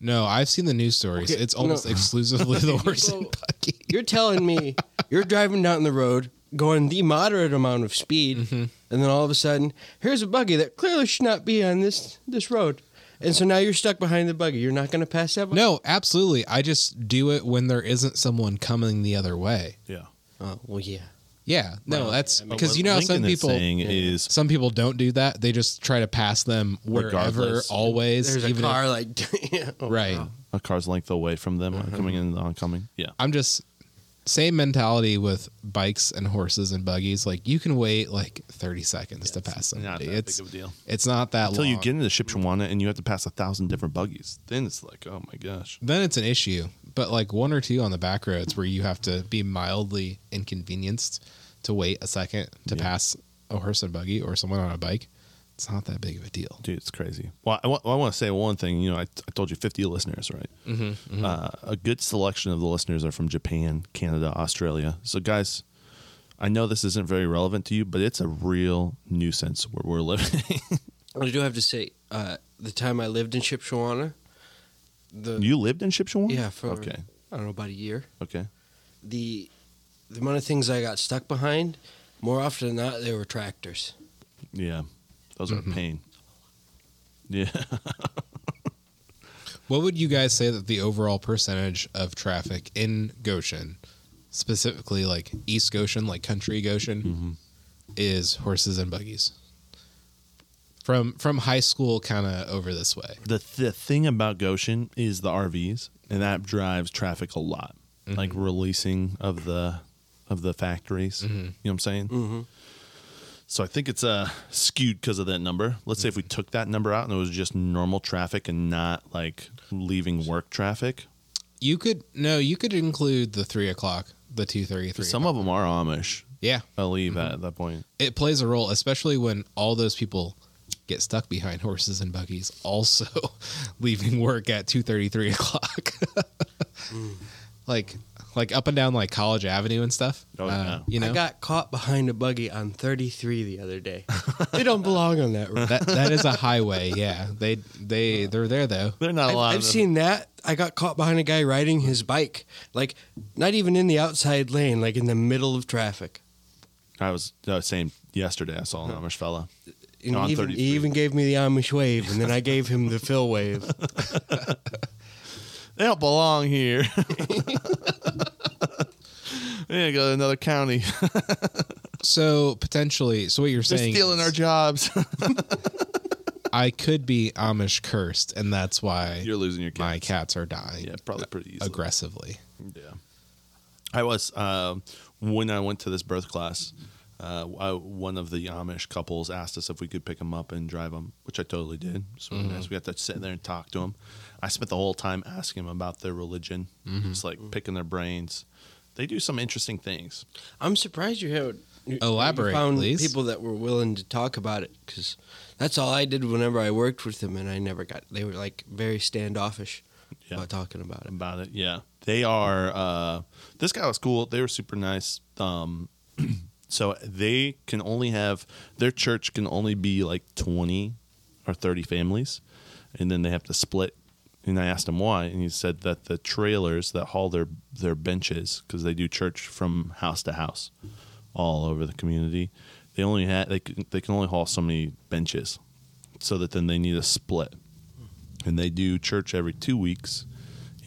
[SPEAKER 1] No, I've seen the news stories.
[SPEAKER 3] Okay,
[SPEAKER 1] It's almost
[SPEAKER 3] no.
[SPEAKER 1] exclusively the horse and
[SPEAKER 3] Well,
[SPEAKER 1] buggy.
[SPEAKER 3] You're telling me you're driving down the road, going the moderate amount of speed, and then all of a sudden, here's a buggy that clearly should not be on this this road, and so now you're stuck behind the buggy. You're not going to pass that. bu-
[SPEAKER 1] No, absolutely. I just do it when there isn't someone coming the other way.
[SPEAKER 2] Yeah.
[SPEAKER 3] Oh well, yeah.
[SPEAKER 1] Yeah. No, that's because
[SPEAKER 2] What
[SPEAKER 1] you know how some
[SPEAKER 2] Lincoln is
[SPEAKER 1] people
[SPEAKER 2] saying is
[SPEAKER 1] some people don't do that. They just try to pass them wherever,
[SPEAKER 2] Regardless.
[SPEAKER 1] always.
[SPEAKER 3] There's a
[SPEAKER 1] even if-
[SPEAKER 3] car like yeah. Oh,
[SPEAKER 1] right.
[SPEAKER 3] wow.
[SPEAKER 2] a car's length away from them
[SPEAKER 1] Uh-huh.
[SPEAKER 2] coming in the oncoming. Yeah.
[SPEAKER 1] I'm just same mentality with bikes and horses and buggies. Like you can wait like 30 seconds to pass somebody.
[SPEAKER 2] Not that
[SPEAKER 1] it's
[SPEAKER 2] big of a deal.
[SPEAKER 1] it's not that
[SPEAKER 2] Until
[SPEAKER 1] long.
[SPEAKER 2] you get into Shipshawana and you have to pass a thousand different buggies. Then it's like, oh my gosh.
[SPEAKER 1] then it's an issue. But like one or two on the back roads where you have to be mildly inconvenienced to wait a second to
[SPEAKER 2] Yeah.
[SPEAKER 1] pass a horse and buggy or someone on a bike. It's not that big of a deal.
[SPEAKER 2] Dude, it's crazy. Well, I want to say one thing. You know, I, I told you 50 listeners, right? Mm-hmm, Uh, a good selection of the listeners are from Japan, Canada, Australia. So, guys, I know this isn't very relevant to you, but it's a real nuisance where we're living.
[SPEAKER 3] I do have to say, uh, the time I lived in Shipshawana, the
[SPEAKER 2] you lived in Shipshawana?
[SPEAKER 3] yeah for
[SPEAKER 2] Okay.
[SPEAKER 3] I don't know about a year.
[SPEAKER 2] Okay.
[SPEAKER 3] The the amount of things I got stuck behind, more often than not, they were tractors.
[SPEAKER 2] Yeah. Those are a pain. Yeah.
[SPEAKER 1] What would you guys say that the overall percentage of traffic in Goshen, specifically like East Goshen, like country Goshen, is horses and buggies? From from high school kind of over this way.
[SPEAKER 2] the the thing about Goshen is the RVs, and that drives traffic a lot. Like releasing of the of the factories. You know what I'm saying? Mm-hmm. So I think it's uh, skewed because of that number. Let's say if we took that number out and it was just normal traffic and not like leaving work traffic.
[SPEAKER 1] You could no, you could include the three o'clock, the two thirty three.
[SPEAKER 2] Some of them are Amish.
[SPEAKER 1] yeah,
[SPEAKER 2] I leave at that point.
[SPEAKER 1] it plays a role, especially when all those people get stuck behind horses and buggies, also leaving work at two thirty, three o'clock. like like up and down like College Avenue and stuff. Uh,
[SPEAKER 2] Oh, yeah.
[SPEAKER 1] You know
[SPEAKER 3] I got caught behind a buggy on 33 the other day. they don't belong on that road.
[SPEAKER 1] that that is a highway, yeah. They they they're there though.
[SPEAKER 2] They're not a
[SPEAKER 3] I've,
[SPEAKER 2] lot.
[SPEAKER 3] I've
[SPEAKER 2] of them.
[SPEAKER 3] seen that. I got caught behind a guy riding his bike, like not even in the outside lane, like in the middle of traffic.
[SPEAKER 2] I was uh, saying yesterday. I saw an Amish fella.
[SPEAKER 3] And
[SPEAKER 2] No, on
[SPEAKER 3] even, he
[SPEAKER 2] 33.
[SPEAKER 3] even gave me the Amish wave, and then I gave him the Phil wave.
[SPEAKER 2] They don't belong here. they go to another county.
[SPEAKER 1] So potentially so what you're
[SPEAKER 2] They're
[SPEAKER 1] saying
[SPEAKER 2] stealing
[SPEAKER 1] is
[SPEAKER 2] our jobs.
[SPEAKER 1] I could be Amish cursed and that's why
[SPEAKER 2] You're losing your kids.
[SPEAKER 1] my cats are dying
[SPEAKER 2] Yeah, probably pretty easily.
[SPEAKER 1] aggressively.
[SPEAKER 2] Yeah. I was um when I went to this birth class. Uh, I, one of the Amish couples asked us if we could pick them up and drive them, which I totally did. So
[SPEAKER 1] Mm-hmm.
[SPEAKER 2] nice. we got to sit there and talk to them. I spent the whole time asking them about their religion,
[SPEAKER 1] Mm-hmm.
[SPEAKER 2] just like picking their brains. They do some interesting things.
[SPEAKER 3] I'm surprised you haven't you-
[SPEAKER 1] Elaborate,
[SPEAKER 3] you found
[SPEAKER 1] please.
[SPEAKER 3] people that were willing to talk about it because that's all I did whenever I worked with them, and I never got. They were like very standoffish
[SPEAKER 2] Yeah.
[SPEAKER 3] about talking about it.
[SPEAKER 2] about it. Yeah, they are. Uh, this guy was cool. They were super nice. Um, so they can only have their church can only be like twenty or thirty families, and then they have to split. And I asked him why, and he said that the trailers that haul their their benches because they do church from house to house, all over the community. They only had they can, they can only haul so many benches, so that then they need a split, and they do church every two weeks,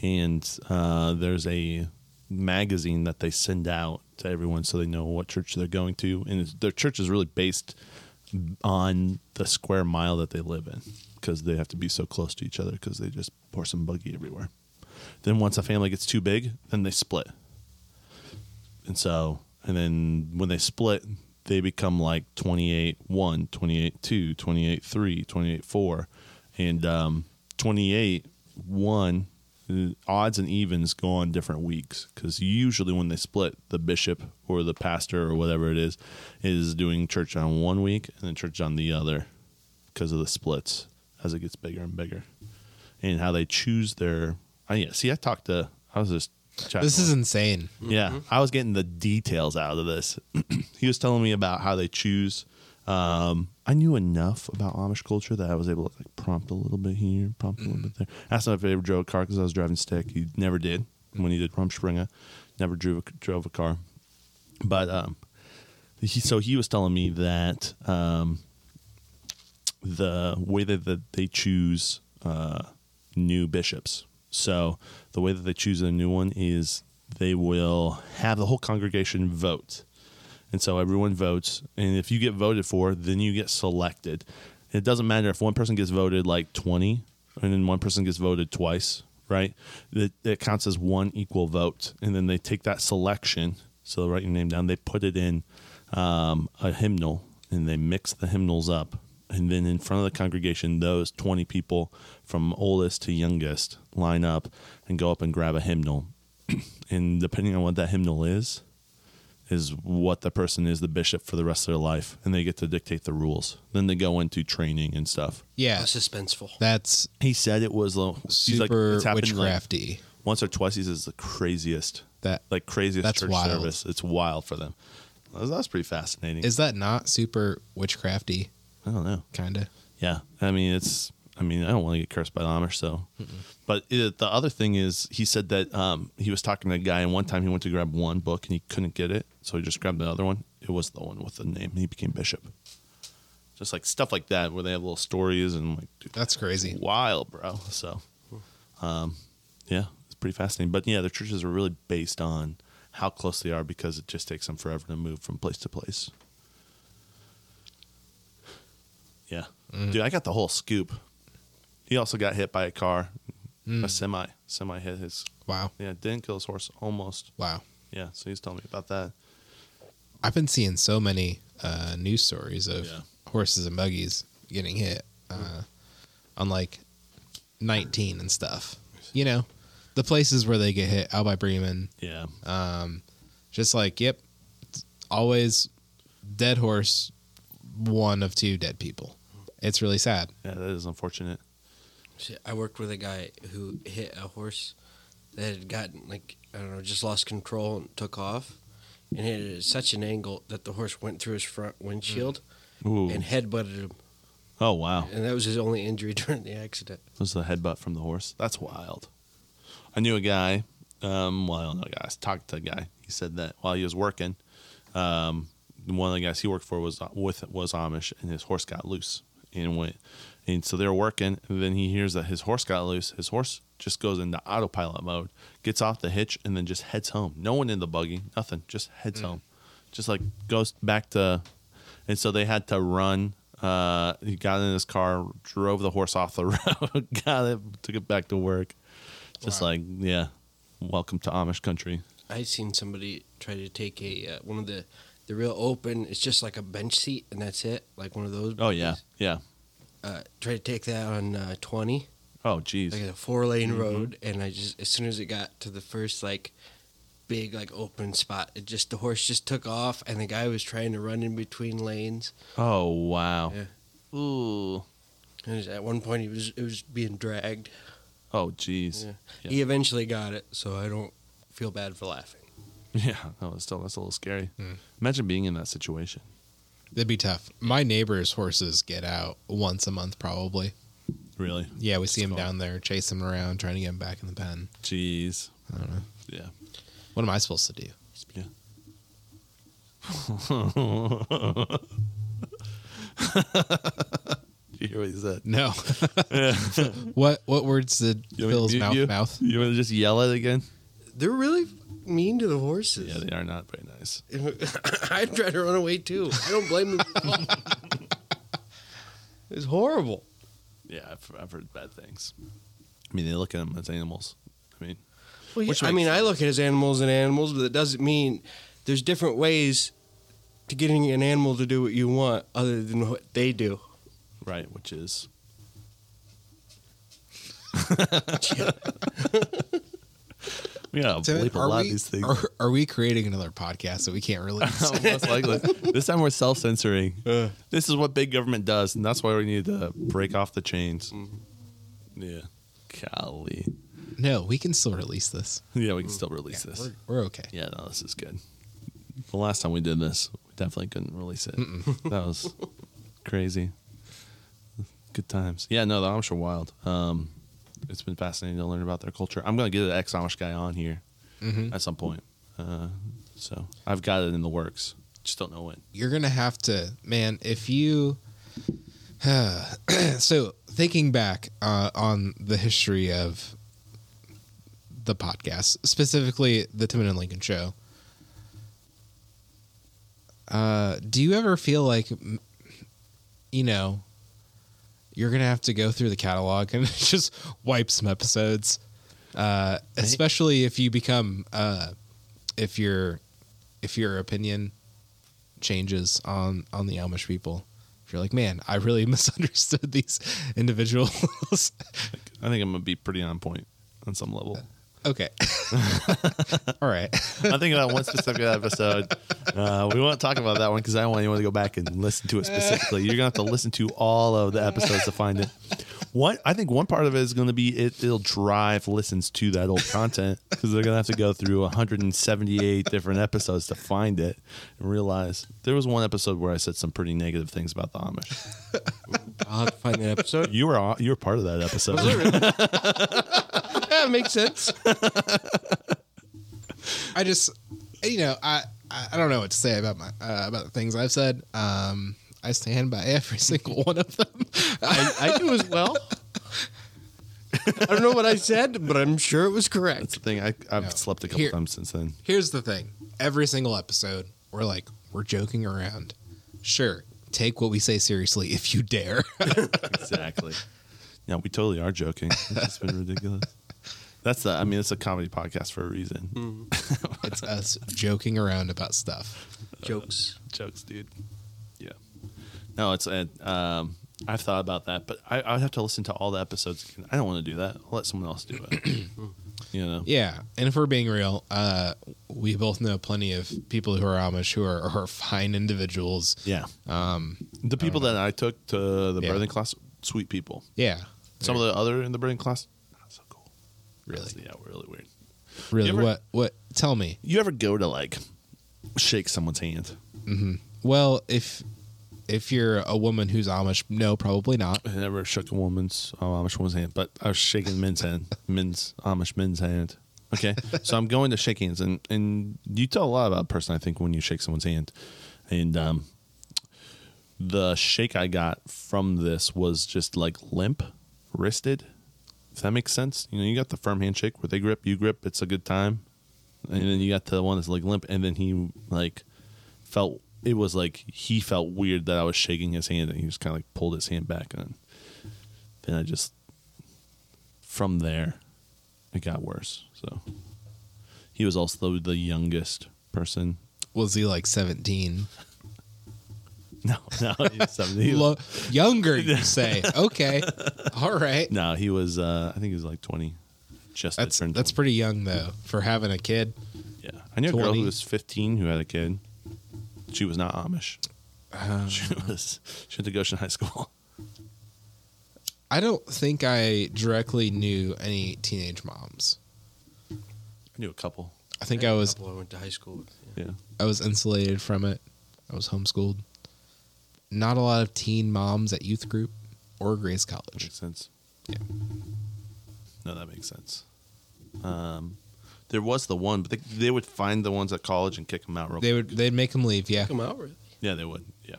[SPEAKER 2] and uh, there's a magazine that they send out to everyone so they know what church they're going to and it's, their church is really based on the square mile that they live in because they have to be so close to each other because they just pour some buggy everywhere then once a family gets too big then they split and so and then when they split they become like 28 1 28 2 28 3 28 4 and um, 28 1 the odds and evens go on different weeks because usually when they split the bishop or the pastor or whatever it is is doing church on one week and then church on the other because of the splits as it gets bigger and bigger and how they choose their I yeah see i talked to i was just chatting
[SPEAKER 1] This
[SPEAKER 2] with-
[SPEAKER 1] is insane.
[SPEAKER 2] yeah, I was getting the details out of this. he was telling me about how they choose. Um, I knew enough about Amish culture that I was able to like prompt a little bit here, prompt a little bit there. Asked him if he ever drove a car because I was driving stick. He never did. When he did Rump Springer, never drove a, drove a car. But um, he, so he was telling me that um, the way that, that they choose uh, new bishops. So the way that they choose a new one is they will have the whole congregation vote. And so everyone votes. And if you get voted for, then you get selected. It doesn't matter if one person gets voted like 20 and then one person gets voted twice, right? That it counts as one equal vote. And then they take that selection. So they write your name down, they put it in um, a hymnal and they mix the hymnals up. And then in front of the congregation, those 20 people from oldest to youngest line up and go up and grab a hymnal. and depending on what that hymnal is, is what the person is the bishop for the rest of their life. And they get to dictate the rules. Then they go into training and stuff.
[SPEAKER 1] Yeah,
[SPEAKER 3] How suspenseful.
[SPEAKER 1] that's
[SPEAKER 2] He said it was lo- he's like,
[SPEAKER 1] super
[SPEAKER 2] it's happened, like,
[SPEAKER 1] witchcrafty.
[SPEAKER 2] once or twice. He says the craziest,
[SPEAKER 1] that
[SPEAKER 2] like craziest
[SPEAKER 1] That's
[SPEAKER 2] church
[SPEAKER 1] wild.
[SPEAKER 2] service. It's wild for them. That was, that was pretty fascinating.
[SPEAKER 1] is that not super witchcrafty?
[SPEAKER 2] I don't know.
[SPEAKER 1] Kind of.
[SPEAKER 2] Yeah, I mean it's. I mean I don't want to get cursed by the Amish, so. But it, the other thing is, he said that um, he was talking to a guy, and one time he went to grab one book and he couldn't get it, so he just grabbed the other one. It was the one with the name, and he became bishop. Just like stuff like that, where they have little stories and like, dude,
[SPEAKER 1] That's crazy.
[SPEAKER 2] wild, bro. So, um, yeah, it's pretty fascinating. But yeah, their churches are really based on how close they are because it just takes them forever to move from place to place. Yeah, dude, I got the whole scoop. He also got hit by a car, a semi. Semi hit his.
[SPEAKER 1] Wow.
[SPEAKER 2] Yeah, didn't kill his horse. Almost.
[SPEAKER 1] Wow.
[SPEAKER 2] Yeah, so he's telling me about that.
[SPEAKER 1] I've been seeing so many uh, news stories of
[SPEAKER 2] Yeah.
[SPEAKER 1] horses and buggies getting hit uh, on like 19 and stuff. You know, the places where they get hit out by Bremen,
[SPEAKER 2] Yeah,
[SPEAKER 1] just like, yep, it's always dead horse, one of two dead people. It's really sad.
[SPEAKER 2] yeah, that is unfortunate.
[SPEAKER 3] See, I worked with a guy who hit a horse that had gotten like I don't know, just lost control and took off, and hit it at such an angle that the horse went through his front windshield
[SPEAKER 2] Ooh.
[SPEAKER 3] and headbutted him,
[SPEAKER 2] Oh wow.
[SPEAKER 3] and that was his only injury during the accident.
[SPEAKER 2] was the headbutt from the horse. That's wild. I knew a guy. Um, well, I don't know, a guy. I talked to a guy. He said that while he was working, um, one of the guys he worked for was with was Amish, and his horse got loose and went. And so they were working, and then he hears that his horse got loose. His horse just goes into autopilot mode, gets off the hitch, and then just heads home. No one in the buggy, nothing, just heads home, just like goes back to. And so they had to run. Uh, he got in his car, drove the horse off the road, got it, took it back to work. Just like yeah, welcome to Amish country.
[SPEAKER 3] I seen somebody try to take a uh, one of the the real open. It's just like a bench seat, and that's it, like one of those.
[SPEAKER 2] Oh yeah, yeah.
[SPEAKER 3] Uh, try to take that on uh, twenty,
[SPEAKER 2] Oh geez.
[SPEAKER 3] like a four lane
[SPEAKER 2] Mm-hmm.
[SPEAKER 3] road, and I just as soon as it got to the first like big like open spot, it just the horse just took off, and the guy was trying to run in between lanes.
[SPEAKER 2] Oh wow.
[SPEAKER 3] Ooh. And just- at one point, he was it was being dragged.
[SPEAKER 2] Oh geez. Yeah.
[SPEAKER 3] He eventually got it, so I don't feel bad for laughing.
[SPEAKER 2] No, it's still that's a little scary. Imagine being in that situation.
[SPEAKER 1] That'd be tough. My neighbor's horses get out once a month, probably.
[SPEAKER 2] Really.
[SPEAKER 1] Yeah, we see them down there, chase them around, trying to get them back in the pen.
[SPEAKER 2] Jeez.
[SPEAKER 1] I don't know.
[SPEAKER 2] Yeah.
[SPEAKER 1] What am I supposed to do?
[SPEAKER 2] Yeah. Did you hear what he said?
[SPEAKER 1] No. what what words did
[SPEAKER 2] You want me to
[SPEAKER 1] Phil's
[SPEAKER 2] mute
[SPEAKER 1] mouth
[SPEAKER 2] you?
[SPEAKER 1] mouth?
[SPEAKER 2] You want to just yell it again?
[SPEAKER 3] They're really mean to the horses.
[SPEAKER 2] Yeah, they are not very nice.
[SPEAKER 3] I'd try to run away too. I don't blame them. at all. it's horrible.
[SPEAKER 2] Yeah, I've, I've heard bad things. I mean, they look at them as animals. I mean,
[SPEAKER 3] Well, yeah,
[SPEAKER 2] Which
[SPEAKER 3] I
[SPEAKER 2] makes
[SPEAKER 3] mean, I look at it as animals and animals, but it doesn't mean there's different ways to getting an animal to do what you want other than what they do.
[SPEAKER 2] Right, which is yeah,
[SPEAKER 1] Tim,
[SPEAKER 2] bleep a
[SPEAKER 1] are,
[SPEAKER 2] lot of
[SPEAKER 1] we,
[SPEAKER 2] these things.
[SPEAKER 1] Are, are we creating another podcast that we can't release?
[SPEAKER 2] Most likely. This time we're self censoring. This is what big government does, and that's why we need to break off the chains. Yeah. Golly.
[SPEAKER 1] no, we can still release this.
[SPEAKER 2] Yeah, we can still release this.
[SPEAKER 1] Mm. We're, we're okay.
[SPEAKER 2] Yeah, no, this is good. The last time we did this, we definitely couldn't release it. That was crazy. Good times. Yeah, no, the Amish are wild. Um, it's been fascinating to learn about their culture. I'm going to get an ex Amish guy on here at some point. Uh, so I've got it in the works. Just don't know when.
[SPEAKER 1] You're gonna have to, man. If you, so thinking back uh, on the history of the podcast, specifically the Tim and Lincoln show, uh, do you ever feel like, mm, you know, you're gonna have to go through the catalog and just wipe some episodes, uh, especially if you become, uh, if your, if your opinion changes on on the Elmish people. If you're like, man, I really misunderstood these individuals.
[SPEAKER 2] I think I'm going to be pretty on point on some level.
[SPEAKER 1] okay, all right.
[SPEAKER 2] I'm thinking about one specific episode. Uh, we won't talk about that one because I want anyone to go back and listen to it specifically. You're gonna have to listen to all of the episodes to find it. One, I think one part of it is going to be it, it'll drive listens to that old content because they're gonna have to go through 178 different episodes to find it and realize there was one episode where I said some pretty negative things about the Amish.
[SPEAKER 3] I'll have to find that episode.
[SPEAKER 2] You were on- you were part of that episode.
[SPEAKER 3] that makes sense.
[SPEAKER 1] I just, you know, I I I don't know what to say about my uh, about the things I've said. Um, I stand by every single one of them.
[SPEAKER 3] I, I do as well. I don't know what I said, but I'm sure it was correct.
[SPEAKER 2] That's the thing. I, I've slept a couple
[SPEAKER 1] Here-
[SPEAKER 2] times since then.
[SPEAKER 1] Here's the thing: every single episode, we're like, we're joking around. Sure, take what we say seriously if you dare.
[SPEAKER 2] exactly. Yeah, we totally are joking. It's just been ridiculous. That's the. I mean, it's a comedy podcast for a reason.
[SPEAKER 1] it's us joking around about stuff.
[SPEAKER 3] Jokes.
[SPEAKER 2] Jokes, dude. Yeah. No, it's. uh, Um, I've thought about that, but I, I would have to listen to all the episodes. again. I don't want to do that. I'll let someone else do it. you know.
[SPEAKER 1] Yeah, and if we're being real, uh, we both know plenty of people who are Amish who are, are fine individuals.
[SPEAKER 2] Yeah. Um, the people that I took to the
[SPEAKER 1] Yeah.
[SPEAKER 2] birthing class, sweet people.
[SPEAKER 1] Yeah,
[SPEAKER 2] Some of the other in the birthing class, not so cool.
[SPEAKER 1] really,
[SPEAKER 2] Yeah, really weird.
[SPEAKER 1] really.
[SPEAKER 2] You ever-
[SPEAKER 1] what? What? Tell me.
[SPEAKER 2] You ever go to like shake someone's hand?
[SPEAKER 1] Well, if if you're a woman who's Amish, no, probably not.
[SPEAKER 2] I never shook a woman's uh, Amish woman's hand, but I was shaking men's hand, men's Amish men's hand. Okay, so I'm going to shake hands, and and you tell a lot about a person, I think, when you shake someone's hand, and um, the shake I got from this was just like limp, wristed. If that makes sense, you know, you got the firm handshake where they grip, you grip, it's a good time, and then you got the one that's like limp, and then he like felt it was like he felt weird that I was shaking his hand, and he just kind of like pulled his hand back, and then I just from there it got worse. So he was also the youngest person.
[SPEAKER 1] Was he like 17?
[SPEAKER 2] No, no, he was seventy. He was-
[SPEAKER 1] Lo- younger, you say? Okay, all right.
[SPEAKER 2] no, he was. Uh, I think he was like twenty. Just
[SPEAKER 1] That's
[SPEAKER 2] turned
[SPEAKER 1] that's
[SPEAKER 2] 20.
[SPEAKER 1] pretty young though for having a kid.
[SPEAKER 2] Yeah, I knew a girl
[SPEAKER 1] 20.
[SPEAKER 2] who was 15 who had a kid. She was not Amish.
[SPEAKER 1] Um.
[SPEAKER 2] she was. She went to Goshen High School.
[SPEAKER 1] I don't think I directly knew any teenage moms.
[SPEAKER 2] I knew a couple.
[SPEAKER 1] I think I was
[SPEAKER 3] Couple I went to high school. with.
[SPEAKER 2] Yeah,
[SPEAKER 1] I was insulated from it. I was homeschooled. Not a lot of teen moms at youth group or Grace College.
[SPEAKER 2] makes sense.
[SPEAKER 1] Yeah.
[SPEAKER 2] No, that makes sense. Um, there was the one, but they, they would find the ones at college and kick them out real.
[SPEAKER 1] They would they'd make them leave. Yeah,
[SPEAKER 3] Come out really.
[SPEAKER 2] yeah, they would. Yeah,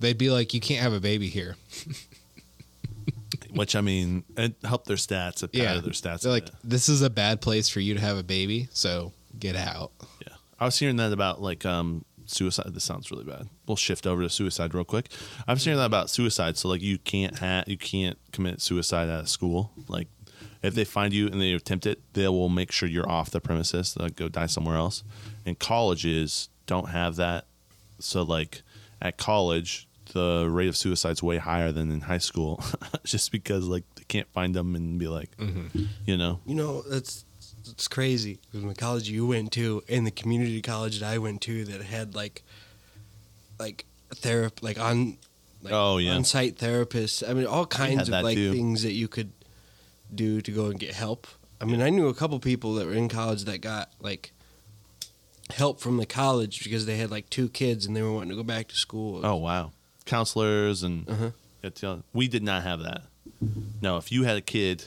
[SPEAKER 1] they'd be like, "You can't have a baby here."
[SPEAKER 2] which I mean, it helped their stats. It
[SPEAKER 1] Yeah,
[SPEAKER 2] padded their stats.
[SPEAKER 1] They're
[SPEAKER 2] a
[SPEAKER 1] like,
[SPEAKER 2] bit.
[SPEAKER 1] "This is a bad place for you to have a baby, so get out."
[SPEAKER 2] Yeah. I was hearing that about like um suicide. This sounds really bad. We'll shift over to suicide real quick. I was hearing that about suicide. So like you can't ha- you can't commit suicide out of school. Like If they find you and they attempt it, they will make sure you're off the premises. They'll go die somewhere else. And colleges don't have that. So like at college, the rate of suicide's way higher than in high school, just because like they can't find them and be like, you know,
[SPEAKER 3] You know, that's it's crazy. Because the college you went to and the community college that I went to that had like like therapy like on like
[SPEAKER 2] Oh, yeah.
[SPEAKER 3] on site therapists. I mean all
[SPEAKER 2] had
[SPEAKER 3] kinds of
[SPEAKER 2] that,
[SPEAKER 3] like
[SPEAKER 2] too.
[SPEAKER 3] things that you could do to go and get help. I mean, I knew a couple people that were in college that got like help from the college because they had like two kids and they were wanting to go back to school.
[SPEAKER 2] oh wow, counselors and it's, uh, we did not have that. No, if you had a kid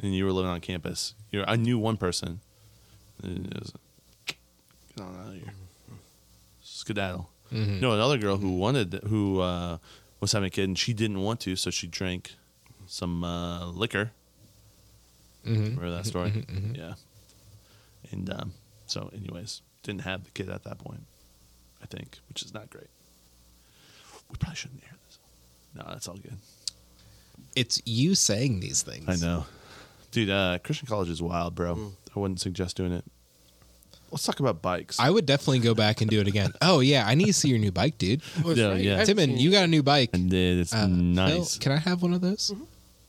[SPEAKER 2] and you were living on campus, you're, I knew one person. and it was, Get on out of here, skedaddle.
[SPEAKER 1] Hmm.
[SPEAKER 2] No, another girl who wanted who uh, was having a kid and she didn't want to, so she drank some uh, liquor.
[SPEAKER 1] Mm-hmm.
[SPEAKER 2] Remember that story? Yeah. And um, so, anyways, didn't have the kid at that point, I think, which is not great. We probably shouldn't air this. No, that's all good.
[SPEAKER 1] It's you saying these things.
[SPEAKER 2] I know. Dude, uh, Christian college is wild, bro. I wouldn't suggest doing it. Let's talk about bikes.
[SPEAKER 1] I would definitely go back and do it again. oh yeah, I need to see your new bike, dude.
[SPEAKER 2] Yeah, yeah. Oh, I've
[SPEAKER 1] Timon, you got a new bike.
[SPEAKER 2] and it- it's
[SPEAKER 1] Uh, Phil,
[SPEAKER 2] nice. Mm-hmm.
[SPEAKER 1] can I have one of those?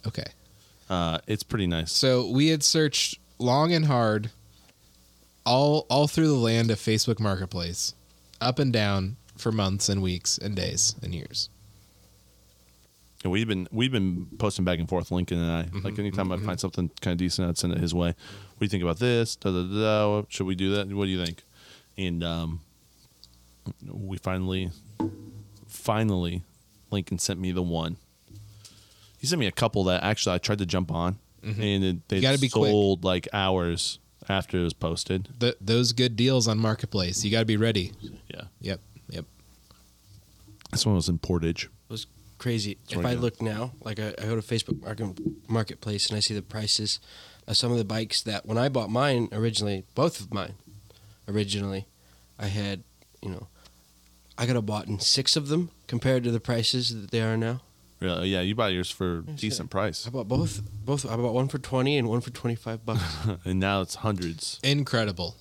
[SPEAKER 1] Okay.
[SPEAKER 2] uh, it's pretty nice.
[SPEAKER 1] So we had searched long and hard, all all through the land of Facebook Marketplace, up and down for months and weeks and days and years.
[SPEAKER 2] And we've been we've been posting back and forth, Lincoln and I.
[SPEAKER 1] Mm-hmm,
[SPEAKER 2] Like anytime I find something kind of decent, I'd send it his way. What do you think about this? Da, da, da, da. Should we do that? What do you think? And um, we finally, finally, Lincoln sent me the one. He sent me a couple that actually I tried to jump on, and it, they
[SPEAKER 1] Mm-hmm. gotta be quick.
[SPEAKER 2] sold like hours after it was posted.
[SPEAKER 1] Th those good deals on Marketplace, you got to be ready.
[SPEAKER 2] Yeah,
[SPEAKER 1] Yep, yep.
[SPEAKER 2] this one was in Portage.
[SPEAKER 3] It was crazy. if
[SPEAKER 2] right
[SPEAKER 3] I
[SPEAKER 2] now.
[SPEAKER 3] look now, like I, I go to Facebook market, Marketplace and I see the prices of some of the bikes that when I bought mine originally, both of mine originally, I had, you know, I could have bought in six of them compared to the prices that they are now.
[SPEAKER 2] Yeah, yeah, you buy yours for decent price,
[SPEAKER 3] I bought both, both. I bought one for twenty and one for twenty five bucks.
[SPEAKER 2] and now it's hundreds.
[SPEAKER 1] Incredible,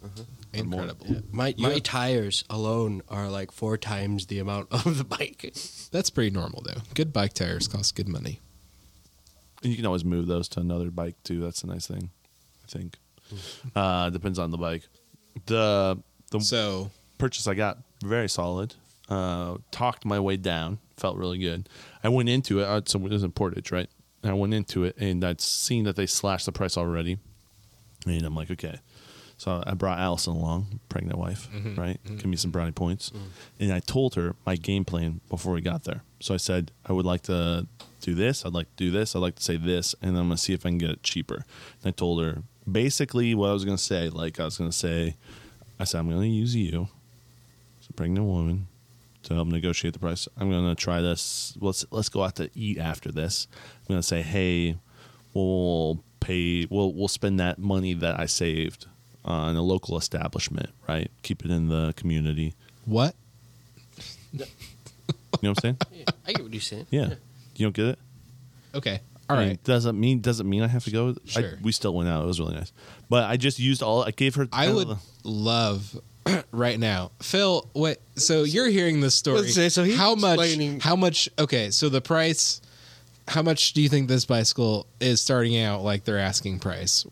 [SPEAKER 1] incredible.
[SPEAKER 3] My
[SPEAKER 1] You
[SPEAKER 3] my
[SPEAKER 1] have-
[SPEAKER 3] tires alone are like four times the amount of the bike.
[SPEAKER 1] That's pretty normal though. Good bike tires cost good money.
[SPEAKER 2] And you can always move those to another bike too. That's the nice thing, I think. Uh, depends on the bike. The the
[SPEAKER 1] So
[SPEAKER 2] purchase I got very solid. Uh, talked my way down. Felt really good. I went into it. uh, So it was in Portage, right? And I went into it and I'd seen that they slashed the price already, and I'm like, okay. So I brought Allison along, pregnant wife, right? Give me some brownie points. And I told her my game plan before we got there. So I said, I would like to do this. I'd like to do this. I'd like to say this. And I'm going to see if I can get it cheaper. And I told her basically what I was going to say. Like, I was going to say, I said, I'm going to use you as a pregnant woman to help negotiate the price. I'm going to try this. Let's let's go out to eat after this. I'm going to say, hey, we'll pay. We'll we'll spend that money that I saved on a local establishment. Right, keep it in the community.
[SPEAKER 1] what?
[SPEAKER 2] You know what I'm saying?
[SPEAKER 3] I get what you're saying.
[SPEAKER 2] yeah. You don't get it.
[SPEAKER 1] Okay, all
[SPEAKER 2] I mean,
[SPEAKER 1] right.
[SPEAKER 2] Doesn't mean doesn't mean I have to go. I-
[SPEAKER 1] Sure.
[SPEAKER 2] we still went out. It was really nice. But I just used all. I gave her.
[SPEAKER 1] I
[SPEAKER 2] kind of
[SPEAKER 1] would
[SPEAKER 2] the-
[SPEAKER 1] love right now, Phil. What? So you're hearing this story.
[SPEAKER 3] Let's say- so he's
[SPEAKER 1] how much?
[SPEAKER 3] explaining-
[SPEAKER 1] How much? Okay, so the price. How much do you think this bicycle is starting out like their asking price?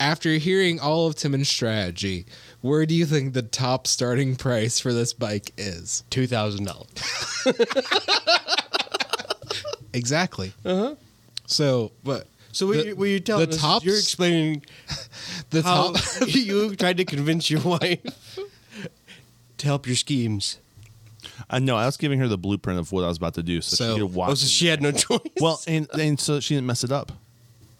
[SPEAKER 1] After hearing all of Timon's strategy, where do you think the top starting price for this bike is?
[SPEAKER 3] Two thousand dollars.
[SPEAKER 1] Exactly. Uh
[SPEAKER 3] Uh-huh.
[SPEAKER 1] huh. So
[SPEAKER 3] But so what
[SPEAKER 1] The-
[SPEAKER 3] you, what you telling
[SPEAKER 1] the
[SPEAKER 3] us is
[SPEAKER 1] tops-
[SPEAKER 3] you're explaining
[SPEAKER 1] the
[SPEAKER 3] how
[SPEAKER 1] top.
[SPEAKER 3] you tried to convince your wife to help your schemes.
[SPEAKER 2] I know. I was giving her the blueprint of what I was about to do, so,
[SPEAKER 1] So-
[SPEAKER 2] she could watch.
[SPEAKER 3] Oh, so she had no choice.
[SPEAKER 2] Well, and and so she didn't mess it up.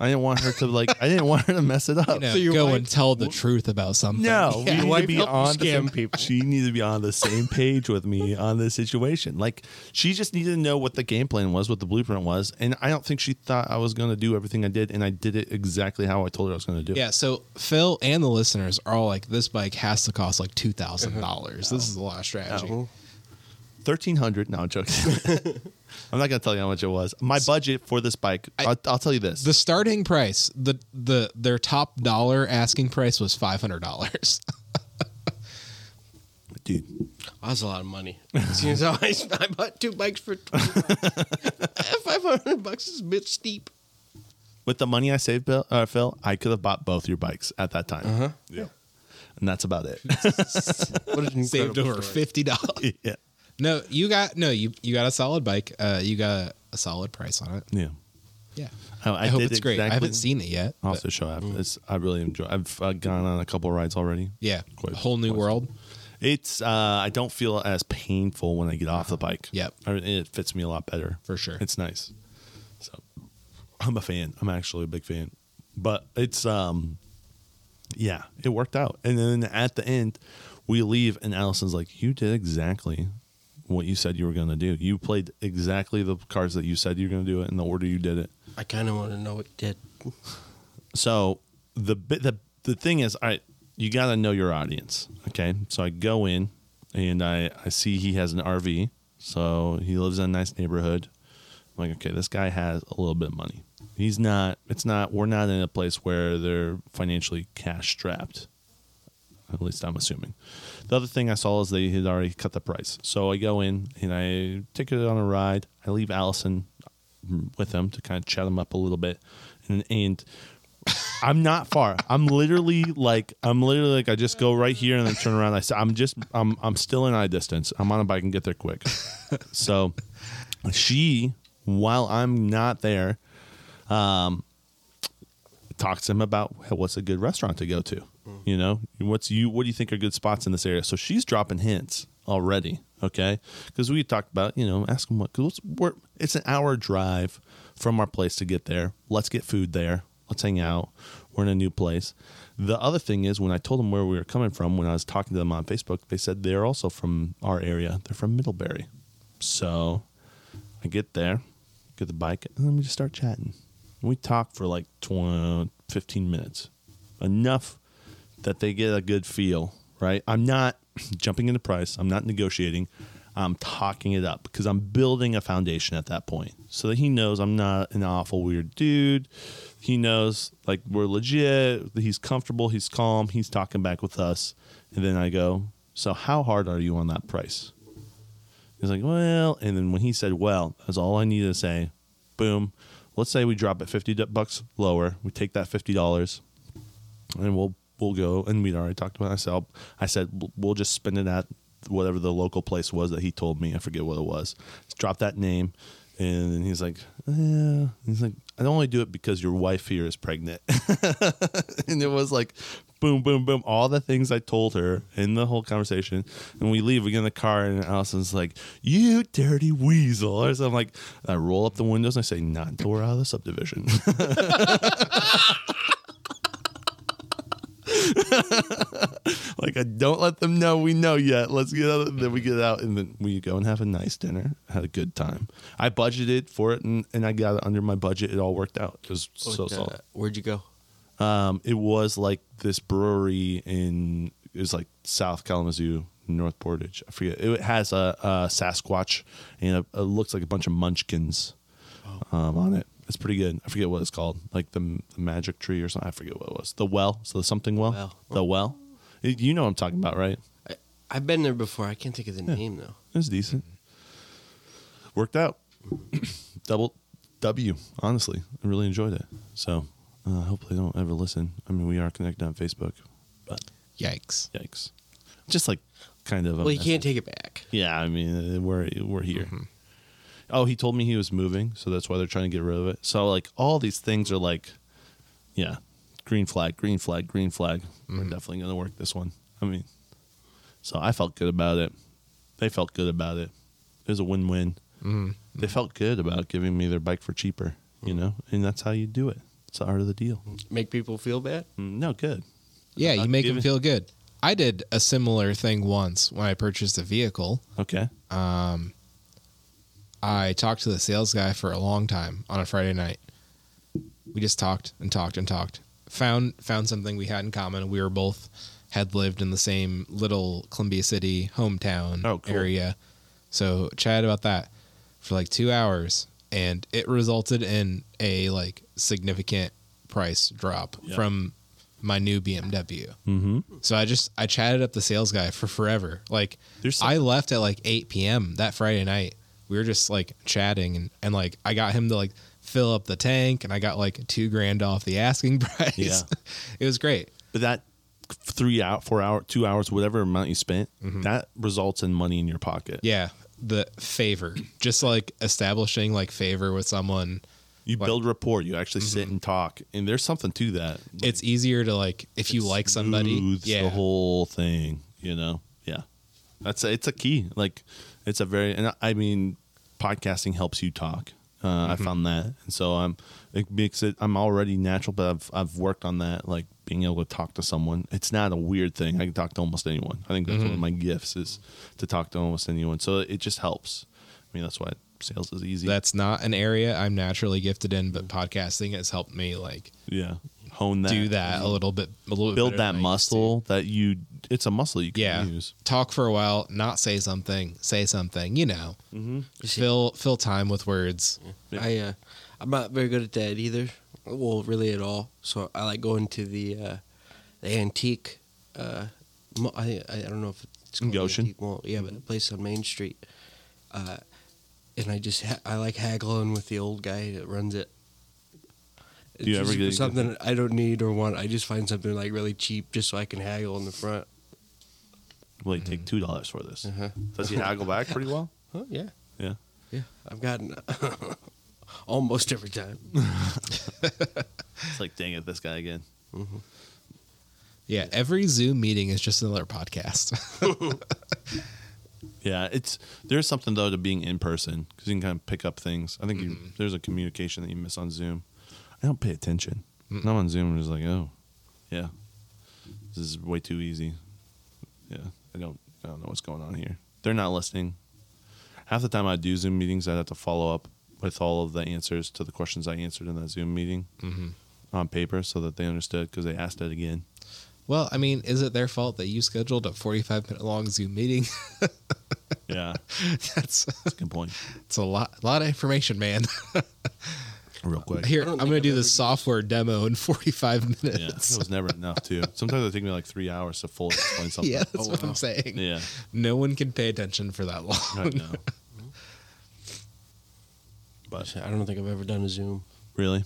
[SPEAKER 2] I didn't want her to like. I didn't want her to mess it up.
[SPEAKER 1] you know,
[SPEAKER 3] so your
[SPEAKER 1] go
[SPEAKER 3] wife-
[SPEAKER 1] and tell the truth about something.
[SPEAKER 2] No,
[SPEAKER 3] Yeah.
[SPEAKER 2] we need
[SPEAKER 3] Wife
[SPEAKER 2] to be
[SPEAKER 3] help you
[SPEAKER 2] on the
[SPEAKER 3] scam
[SPEAKER 2] same-
[SPEAKER 3] people.
[SPEAKER 2] She needs to be on the same page with me on this situation. Like she just needed to know what the game plan was, what the blueprint was, and I don't think she thought I was going to do everything I did, and I did it exactly how I told her I was going to do. it.
[SPEAKER 1] Yeah, so Phil and the
[SPEAKER 3] Mm-hmm. Oh.
[SPEAKER 1] listeners are all like, this bike has to cost like two thousand dollars. This is a lot of strategy.
[SPEAKER 2] Thirteen hundred. No, I'm joking. I'm not gonna tell you how much it was. My budget for this bike. I, will I'll tell you this.
[SPEAKER 1] The starting price, the the their top dollar asking price was five hundred dollars.
[SPEAKER 2] dude.
[SPEAKER 3] That's a lot of money. Seems how I, I bought two bikes for five hundred bucks is a bit steep.
[SPEAKER 2] With the money I saved, Bill, uh, Phil, I could have bought both your bikes at that time. Yeah. And that's about it.
[SPEAKER 3] What an incredible
[SPEAKER 1] Saved over
[SPEAKER 3] story.
[SPEAKER 1] fifty dollars.
[SPEAKER 2] yeah.
[SPEAKER 1] no, you got no, you you got a solid bike. Uh, you got a, a solid price on it.
[SPEAKER 2] Yeah.
[SPEAKER 1] Yeah,
[SPEAKER 2] Oh,
[SPEAKER 1] I, hope
[SPEAKER 2] did
[SPEAKER 1] it's great. I
[SPEAKER 2] exactly-
[SPEAKER 1] haven't seen it yet. but- Mm.
[SPEAKER 2] I'll also show after this. I really enjoy. I've uh, gone on a couple rides already.
[SPEAKER 1] yeah,
[SPEAKER 2] Quite-
[SPEAKER 1] whole new
[SPEAKER 2] quite-
[SPEAKER 1] world.
[SPEAKER 2] It's. Uh, I don't feel as painful when I get off the bike.
[SPEAKER 1] Uh-huh. Yep.
[SPEAKER 2] I, it fits me a lot better
[SPEAKER 1] For sure.
[SPEAKER 2] It's nice. So, I'm a fan. I'm actually a big fan. But it's um, yeah, it worked out. And then at the end, we leave, and Allison's like, "You did exactly." What you said you were going to do. You played exactly the cards that you said you were going to do it in the order you did it.
[SPEAKER 3] I kind of want to know what it did.
[SPEAKER 2] So the bi- the the thing is, I you got to know your audience. Okay, so I go in and I I see he has an RV, so he lives in a nice neighborhood. I'm like, okay, this guy has a little bit of money. He's not. It's not. We're not in a place where they're financially cash strapped. At least I'm assuming. The other thing I saw is they had already cut the price. So I go in and I take it on a ride. I leave Allison with him to kind of chat him up a little bit, and and I'm not far. I'm literally like I'm literally like I just go right here and then turn around. I s- I'm just I'm I'm still in eye distance. I'm on a bike and get there quick. So she, while I'm not there, um, talks to him about "Hey, what's a good restaurant to go to. You know, what's you what do you think are good spots in this area? So she's dropping hints already. Okay, because we talked about you know ask him what cause what's- we're, it's an hour drive from our place to get there. Let's get food there. Let's hang out. We're in a new place. The other thing is when I told them where we were coming from, when I was talking to them on Facebook, they said they're also from our area. They're from Middlebury. So I get there, get the bike, and then we just start chatting. And we talk for like 20, 15 minutes, enough that they get a good feel, right? I'm not jumping into price, I'm not negotiating. I'm talking it up because I'm building a foundation at that point so that he knows I'm not an awful weird dude. He knows like we're legit, he's comfortable, he's calm, he's talking back with us. And then I go, So, how hard are you on that price? He's like, well, and then when he said, well, that's all I needed to say. Boom. Let's say we drop it fifty du- bucks lower. We take that fifty dollars, and we'll we'll go. And we'd already talked about. It. I said, I'll- I said we'll- we'll just spend it at whatever the local place was that he told me. I forget what it was. Drop that name, and then he's like, yeah. He's like, I only do it because your wife here is pregnant and it was like boom boom boom all the things i told her in the whole conversation and we leave we get in the car and allison's like you dirty weasel or something like i roll up the windows and i say not until we're out of the subdivision like i don't let them know we know yet let's get out then we get out and then we go and have a nice dinner had a good time i budgeted for it and, and i got it under my budget it all worked out it was so
[SPEAKER 3] Like, uh,
[SPEAKER 2] solid
[SPEAKER 3] where'd you go?
[SPEAKER 2] um, it was like this brewery in it was like South Kalamazoo, North Portage. I forget. It has a, a Sasquatch and a, it looks like a bunch of Munchkins um, on it. It's pretty good. I forget what it's called, like the, the magic tree or something. I forget what it was. The well, so the something well,
[SPEAKER 3] Well.
[SPEAKER 2] the well. It- you know what I'm talking about, right?
[SPEAKER 3] I, I've been there before. I can't think of the name though.
[SPEAKER 2] It was decent. Worked out. Double W. Honestly, I really enjoyed it. So uh, I hope they don't ever listen. I mean, we are connected on Facebook, but
[SPEAKER 1] Yikes!
[SPEAKER 2] yikes! Just like kind of. a
[SPEAKER 3] Well, you
[SPEAKER 2] message.
[SPEAKER 3] can't take it back.
[SPEAKER 2] Yeah, I mean, uh, we're we're here. Oh, he told me he was moving, so that's why they're trying to get rid of it. So like all these things are like, yeah, green flag, green flag, green flag. We're definitely gonna work this one. I mean, so I felt good about it. They felt good about it. It was a win-win. They felt good about giving me their bike for cheaper, you know, and that's how you do it. It's the art of the deal.
[SPEAKER 3] Make people feel bad.
[SPEAKER 2] Mm, No, good.
[SPEAKER 1] Yeah, you make them
[SPEAKER 2] giving-
[SPEAKER 1] feel good. I did a similar thing once when I purchased a vehicle.
[SPEAKER 2] Okay.
[SPEAKER 1] I talked to the sales guy for a long time on a Friday night. We just talked and talked and talked. Found found something we had in common. We were both had lived in the same little Columbia City hometown
[SPEAKER 2] Oh, cool.
[SPEAKER 1] area So chatted about that for like two hours, and it resulted in a like significant price drop
[SPEAKER 2] Yeah.
[SPEAKER 1] from my new BMW.
[SPEAKER 2] Mm-hmm.
[SPEAKER 1] So I just I chatted up the sales guy for forever. Like
[SPEAKER 2] There's some-
[SPEAKER 1] I left at like 8 p.m. that Friday night. We were just like chatting and, and like I got him to like fill up the tank and I got like two grand off the asking price.
[SPEAKER 2] Yeah.
[SPEAKER 1] it was great.
[SPEAKER 2] But that three out, four hour, two hours, whatever amount you spent, that results in money in your pocket.
[SPEAKER 1] Mm-hmm. Yeah. The favor. Just like establishing like favor with someone.
[SPEAKER 2] You
[SPEAKER 1] Like- Mm-hmm.
[SPEAKER 2] build rapport. You actually sit and talk, and there's something to that.
[SPEAKER 1] It's easier to like if you like somebody.
[SPEAKER 2] Smooths
[SPEAKER 1] Yeah.
[SPEAKER 2] the whole thing. You know, yeah. That's it's a key. Like, it's a very and I- I mean, podcasting helps you talk. Uh, I
[SPEAKER 1] Mm-hmm.
[SPEAKER 2] found that, and so I'm. It makes it. I'm already natural, but I've I've worked on that. Like being able to talk to someone. It's not a weird thing. I can talk to almost anyone. I think that's
[SPEAKER 1] Mm-hmm.
[SPEAKER 2] one of my gifts is to talk to almost anyone. So it just helps. I mean, that's why sales is easy.
[SPEAKER 1] That's not an area I'm naturally gifted in, but podcasting has helped me like
[SPEAKER 2] yeah. Hone that.
[SPEAKER 1] do that a little bit a little bit
[SPEAKER 2] Build
[SPEAKER 1] better
[SPEAKER 2] that
[SPEAKER 1] than I used to.
[SPEAKER 2] muscle that you. It's a muscle you can
[SPEAKER 1] yeah
[SPEAKER 2] use.
[SPEAKER 1] talk for a while not say something say something you know fill fill time with words
[SPEAKER 3] I uh, I'm not very good at that either. Well, really at all. So I like going to the uh, the antique. Uh, mo- I I don't know if it's called
[SPEAKER 2] Goshen?
[SPEAKER 3] Antique mall. Yeah, but a place on Main Street. Uh, and I just ha- I like haggling with the old guy that runs it. It's
[SPEAKER 2] you ever
[SPEAKER 3] just
[SPEAKER 2] get-
[SPEAKER 3] for something I don't need or want? I just find something like really cheap just so I can haggle in the front.
[SPEAKER 2] Well, you take two dollars for this.
[SPEAKER 3] Uh-huh.
[SPEAKER 2] Does he haggle back pretty well?
[SPEAKER 3] Oh yeah,
[SPEAKER 2] Yeah.
[SPEAKER 3] yeah. I've gotten almost every time.
[SPEAKER 2] It's like, dang it, this guy again.
[SPEAKER 1] yeah every zoom meeting is just another podcast
[SPEAKER 2] Yeah, it's there's something though to being in person because you can kind of pick up things. I think you, there's a communication that you miss on Zoom. I don't pay attention. When I'm on Zoom. I'm just like, oh, yeah, this is way too easy. Yeah, I don't, I don't know what's going on here. They're not listening. Half the time I do Zoom meetings, I'd have to follow up with all of the answers to the questions I answered in that Zoom meeting on paper so that they understood because they asked it again.
[SPEAKER 1] well i mean is it their fault that you scheduled a 45 minute long zoom meeting
[SPEAKER 2] Yeah,
[SPEAKER 1] that's
[SPEAKER 2] that's a good point.
[SPEAKER 1] it's a lot lot of information man
[SPEAKER 2] Real quick.
[SPEAKER 1] here
[SPEAKER 3] I
[SPEAKER 1] i'm
[SPEAKER 3] don't
[SPEAKER 1] gonna
[SPEAKER 3] think
[SPEAKER 1] do
[SPEAKER 3] I've
[SPEAKER 1] this software demo in 45
[SPEAKER 2] Yeah, it
[SPEAKER 1] minutes
[SPEAKER 2] was never enough too. Sometimes it take me like three hours to fully explain
[SPEAKER 1] yeah,
[SPEAKER 2] something.
[SPEAKER 1] that's what i'm saying
[SPEAKER 2] yeah,
[SPEAKER 1] no one can pay attention for that long
[SPEAKER 2] I know. But
[SPEAKER 3] I don't think I've ever done a Zoom.
[SPEAKER 2] really,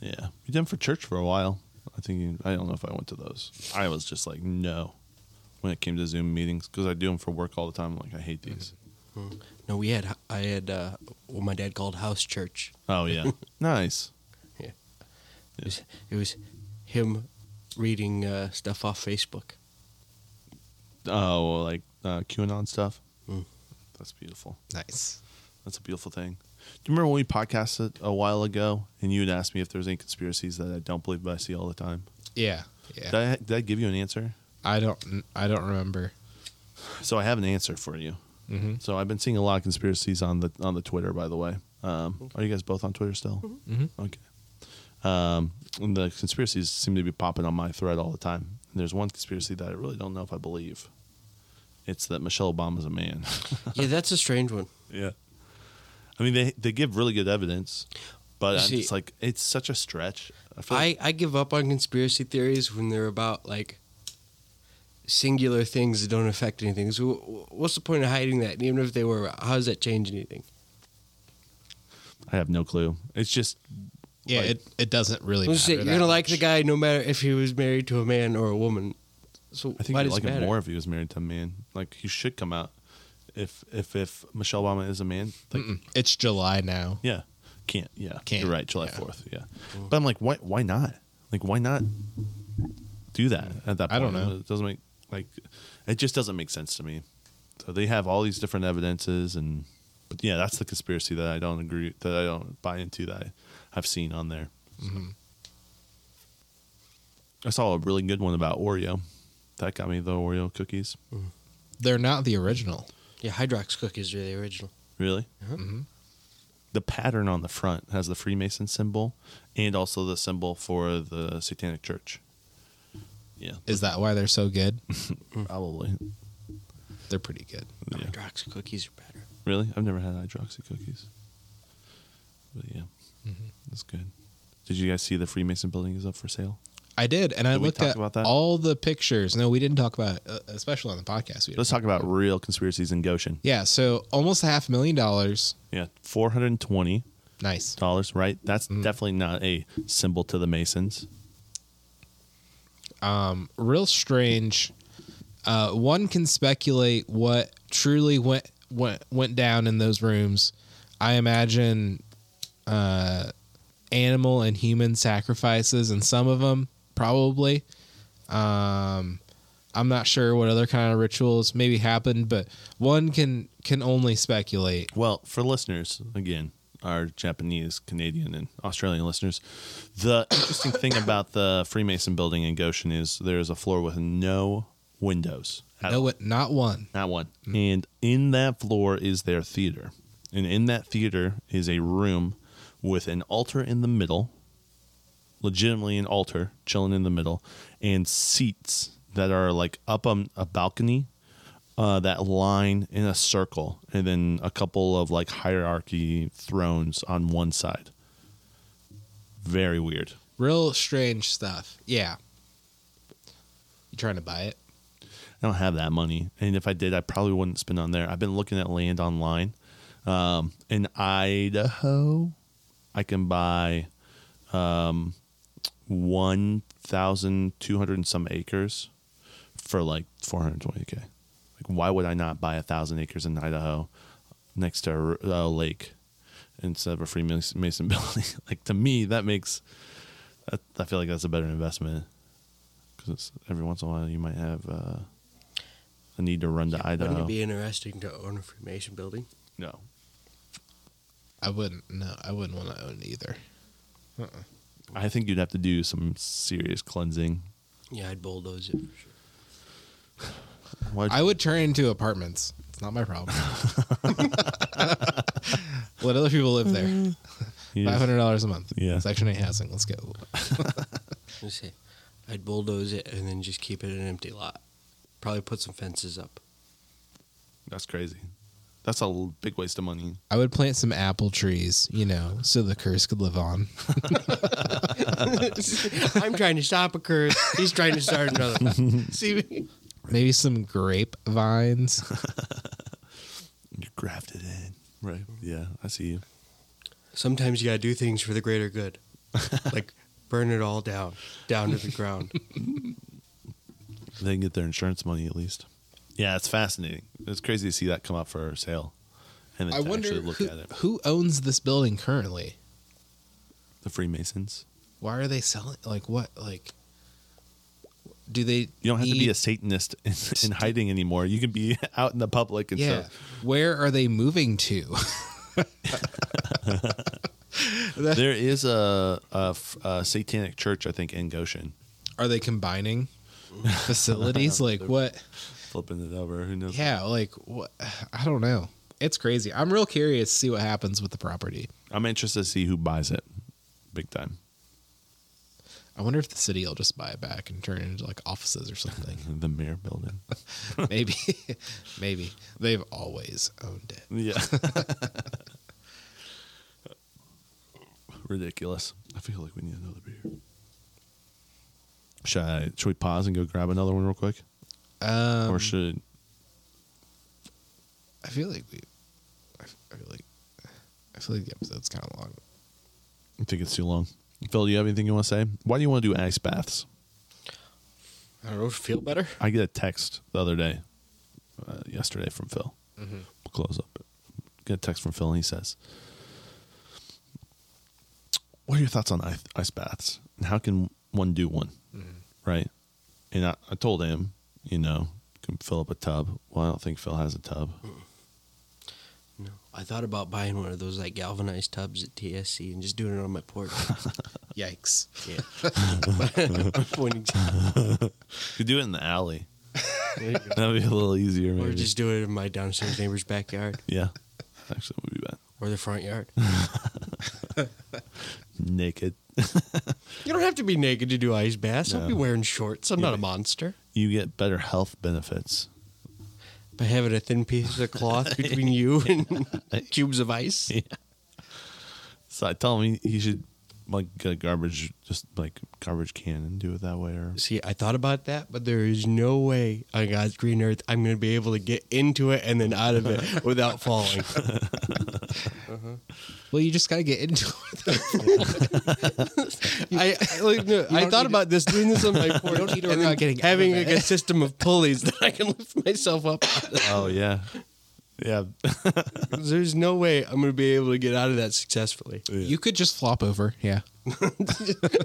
[SPEAKER 2] yeah, we done for church for a while. I think you- I don't know if I went to those. I was just like no when it came to Zoom meetings because I do them for work all the time. Like I hate these.
[SPEAKER 3] No, we had I had uh, what my dad called house church.
[SPEAKER 2] Oh yeah, nice.
[SPEAKER 3] It was, it was him reading uh, stuff off Facebook.
[SPEAKER 2] Oh, like uh, QAnon stuff.
[SPEAKER 3] Mm.
[SPEAKER 2] That's beautiful.
[SPEAKER 1] nice
[SPEAKER 2] That's a beautiful thing. Do you remember when we podcasted a while ago and you had asked me if there's any conspiracies that I don't believe but I see all the time?
[SPEAKER 1] yeah yeah
[SPEAKER 2] Did I, did I give you an answer?
[SPEAKER 1] i don't i don't remember
[SPEAKER 2] So I have an answer for you.
[SPEAKER 1] mm-hmm.
[SPEAKER 2] So I've been seeing a lot of conspiracies on the on the Twitter. By the way, um, are you guys both on Twitter still?
[SPEAKER 1] Mhm.
[SPEAKER 3] Mm-hmm.
[SPEAKER 2] Okay. Um, and the conspiracies seem to be popping on my thread all the time. And there's one conspiracy that I really don't know if I believe. It's that Michelle Obama's a man.
[SPEAKER 3] yeah, that's a strange one.
[SPEAKER 2] yeah. I mean, they they give really good evidence, but
[SPEAKER 3] You
[SPEAKER 2] I'm
[SPEAKER 3] see-
[SPEAKER 2] just like it's such a stretch. I feel
[SPEAKER 3] I, I give up on conspiracy theories when they're about like singular things that don't affect anything. So wh- what's the point of hiding that? And even if they were, how does that change anything?
[SPEAKER 2] I have no clue. It's just
[SPEAKER 1] Yeah,
[SPEAKER 2] Like-
[SPEAKER 1] it, it doesn't really
[SPEAKER 3] Let's say
[SPEAKER 1] matter.
[SPEAKER 3] you're
[SPEAKER 1] that
[SPEAKER 3] gonna like the
[SPEAKER 1] much.
[SPEAKER 3] guy no matter if he was married to a man or a woman. So
[SPEAKER 2] I think
[SPEAKER 3] why
[SPEAKER 2] you'd
[SPEAKER 3] does
[SPEAKER 2] like
[SPEAKER 3] it matter?
[SPEAKER 2] him more if he was married to a man. Like he should come out. If if if Michelle Obama is a man, like
[SPEAKER 1] Mm-mm. It's July now.
[SPEAKER 2] yeah, can't yeah.
[SPEAKER 1] Can't,
[SPEAKER 2] You're right. July
[SPEAKER 1] yeah.
[SPEAKER 2] fourth. Yeah. But I'm like, why why not? Like why not do that at that point?
[SPEAKER 1] I don't know.
[SPEAKER 2] It doesn't make like it just doesn't make sense to me. So they have all these different evidences and but yeah, that's the conspiracy that I don't agree that I don't buy into that I, I've seen on there. So.
[SPEAKER 1] Mm-hmm.
[SPEAKER 2] I saw a really good one about Oreo. That got me the Oreo cookies.
[SPEAKER 1] They're not the original.
[SPEAKER 3] Yeah, Hydrox cookies are the original.
[SPEAKER 2] Really? The pattern on the front has the Freemason symbol and also the symbol for the Satanic Church. Yeah,
[SPEAKER 1] Is that why they're so good?
[SPEAKER 2] probably.
[SPEAKER 1] They're pretty good.
[SPEAKER 2] Yeah.
[SPEAKER 3] Hydrox cookies are better.
[SPEAKER 2] Really? I've never had hydroxy cookies. But yeah, that's good. Did you guys see the Freemason building is up for sale?
[SPEAKER 1] I did, and I
[SPEAKER 2] Did we
[SPEAKER 1] looked
[SPEAKER 2] talk
[SPEAKER 1] at
[SPEAKER 2] about that?
[SPEAKER 1] all the pictures. No, we didn't talk about it, uh, especially on the podcast. We didn't.
[SPEAKER 2] Let's talk about real conspiracies in Goshen.
[SPEAKER 1] Yeah, so almost a half million dollars.
[SPEAKER 2] Yeah, four hundred and twenty
[SPEAKER 1] Nice.
[SPEAKER 2] dollars. Right? That's definitely not a symbol to the Masons.
[SPEAKER 1] real strange. Uh, one can speculate what truly went went went down in those rooms. I imagine uh, animal and human sacrifices, and some of them probably. Um, I'm not sure what other kind of rituals maybe happened, but one can can only speculate.
[SPEAKER 2] Well, for listeners, again, our Japanese, Canadian, and Australian listeners, the interesting thing about the Freemason building in Goshen is there is a floor with no windows. at all.
[SPEAKER 1] No, it- not one.
[SPEAKER 2] Not one. And in that floor is their theater. And in that theater is a room with an altar in the middle, legitimately an altar chilling in the middle, and seats that are like up on a balcony uh, that line in a circle, and then a couple of like hierarchy thrones on one side. Very weird.
[SPEAKER 1] Real strange stuff. Yeah. You trying to buy it?
[SPEAKER 2] I don't have that money, and if I did, I probably wouldn't spend on there. I've been looking at land online. Um, in Idaho, I can buy um, one thousand two hundred and some acres for like four hundred twenty k. Like, why would I not buy a thousand acres in Idaho next to a, r- a lake instead of a Freemason building? like to me, that makes. I, I feel like that's a better investment because every once in a while you might have uh, a need to run to
[SPEAKER 3] Wouldn't
[SPEAKER 2] Idaho.
[SPEAKER 3] it be interesting to own a Freemason building?
[SPEAKER 2] no,
[SPEAKER 1] I wouldn't. No, I wouldn't want to own it either.
[SPEAKER 2] I think you'd have to do some serious cleansing.
[SPEAKER 3] Yeah, I'd bulldoze it for sure.
[SPEAKER 2] Why'd
[SPEAKER 1] I would turn it into apartments. It's not my problem. Let other people live there.
[SPEAKER 2] you
[SPEAKER 1] Five
[SPEAKER 2] just-
[SPEAKER 1] hundred dollars a month.
[SPEAKER 2] Yeah.
[SPEAKER 1] Section eight housing. Let's go.
[SPEAKER 3] Let's see. I'd bulldoze it and then just keep it an empty lot. Probably put some fences up.
[SPEAKER 2] That's crazy. That's a l- big waste of money.
[SPEAKER 1] I would plant some apple trees, you know, so the curse could live on.
[SPEAKER 3] I'm trying to stop a curse. He's trying to start another. see,
[SPEAKER 1] Maybe some grape vines.
[SPEAKER 2] You're grafted in, right? Yeah, I see you.
[SPEAKER 3] sometimes you gotta do things for the greater good, like burn it all down, down to the ground.
[SPEAKER 2] They can get their insurance money at least. Yeah, it's fascinating. It's crazy to see that come up for sale, and then
[SPEAKER 1] I
[SPEAKER 2] to
[SPEAKER 1] wonder
[SPEAKER 2] actually look
[SPEAKER 1] who,
[SPEAKER 2] at it.
[SPEAKER 1] who owns this building currently.
[SPEAKER 2] The Freemasons.
[SPEAKER 1] Why are they selling? Like what? Like do they?
[SPEAKER 2] You don't have to be
[SPEAKER 1] need-
[SPEAKER 2] a Satanist in, in hiding anymore. You can be out in the public and
[SPEAKER 1] Yeah.
[SPEAKER 2] stuff.
[SPEAKER 1] Where are they moving to?
[SPEAKER 2] There is a, a f- a satanic church, I think, in Goshen.
[SPEAKER 1] are they combining facilities? Like what?
[SPEAKER 2] Flipping it over, who knows?
[SPEAKER 1] Yeah, like what? I don't know. It's crazy. I'm real curious to see what happens with the property.
[SPEAKER 2] I'm interested to see who buys it, big time.
[SPEAKER 1] I wonder if the city will just buy it back and turn it into like offices or something.
[SPEAKER 2] The mayor building.
[SPEAKER 1] maybe, maybe they've always owned it.
[SPEAKER 2] Yeah. Ridiculous. I feel like we need another beer. Should I, should we pause and go grab another one real quick,
[SPEAKER 1] Um,
[SPEAKER 2] or should
[SPEAKER 1] I feel like we. I f- I feel like. I feel like the episode's kind of long.
[SPEAKER 2] I think it's too long? Phil, do you have anything you want to say? Why do you want to do ice baths?
[SPEAKER 3] I don't know, feel better.
[SPEAKER 2] I get a text the other day, uh, yesterday from Phil. We'll close up. Get a text from Phil, and he says, "What are your thoughts on ice, ice baths? And how can one do one, right?" And I, I told him, you know, can fill up a tub. Well, I don't think Phil has a tub.
[SPEAKER 3] Hmm. No, I thought about buying one of those like galvanized tubs at TSC and just doing it on my porch.
[SPEAKER 1] Yikes!
[SPEAKER 3] Yeah. I'm pointing to-
[SPEAKER 2] You could do it in the alley.
[SPEAKER 3] there you go.
[SPEAKER 2] That'd be a little easier,
[SPEAKER 3] Or
[SPEAKER 2] maybe.
[SPEAKER 3] just do it in my downstairs neighbor's backyard
[SPEAKER 2] yeah, actually, would be bad.
[SPEAKER 3] or the front yard.
[SPEAKER 2] Naked.
[SPEAKER 3] You don't have to be naked to do ice baths. I'll be
[SPEAKER 2] No.
[SPEAKER 3] wearing shorts. I'm
[SPEAKER 2] Yeah,
[SPEAKER 3] not a
[SPEAKER 2] but-
[SPEAKER 3] monster.
[SPEAKER 2] You get better health benefits.
[SPEAKER 3] by having a thin piece of cloth between you and cubes of ice.
[SPEAKER 2] So I tell him he, he should like get a garbage, just like garbage can and do it that way. Or
[SPEAKER 3] See, I thought about that, but there is no way on God's green earth I'm going to be able to get into it and then out of it without falling.
[SPEAKER 1] Well, you just got to get into it.
[SPEAKER 3] I I, like, no, I
[SPEAKER 1] don't
[SPEAKER 3] thought
[SPEAKER 1] need
[SPEAKER 3] about this doing this on my porch
[SPEAKER 1] don't need to worry
[SPEAKER 3] and then
[SPEAKER 1] about getting out of
[SPEAKER 3] having
[SPEAKER 1] it.
[SPEAKER 3] like a system of pulleys that I can lift myself up. on.
[SPEAKER 2] oh yeah, yeah.
[SPEAKER 3] There's no way I'm going to be able to get out of that successfully
[SPEAKER 1] You could just flop over. Yeah.
[SPEAKER 3] and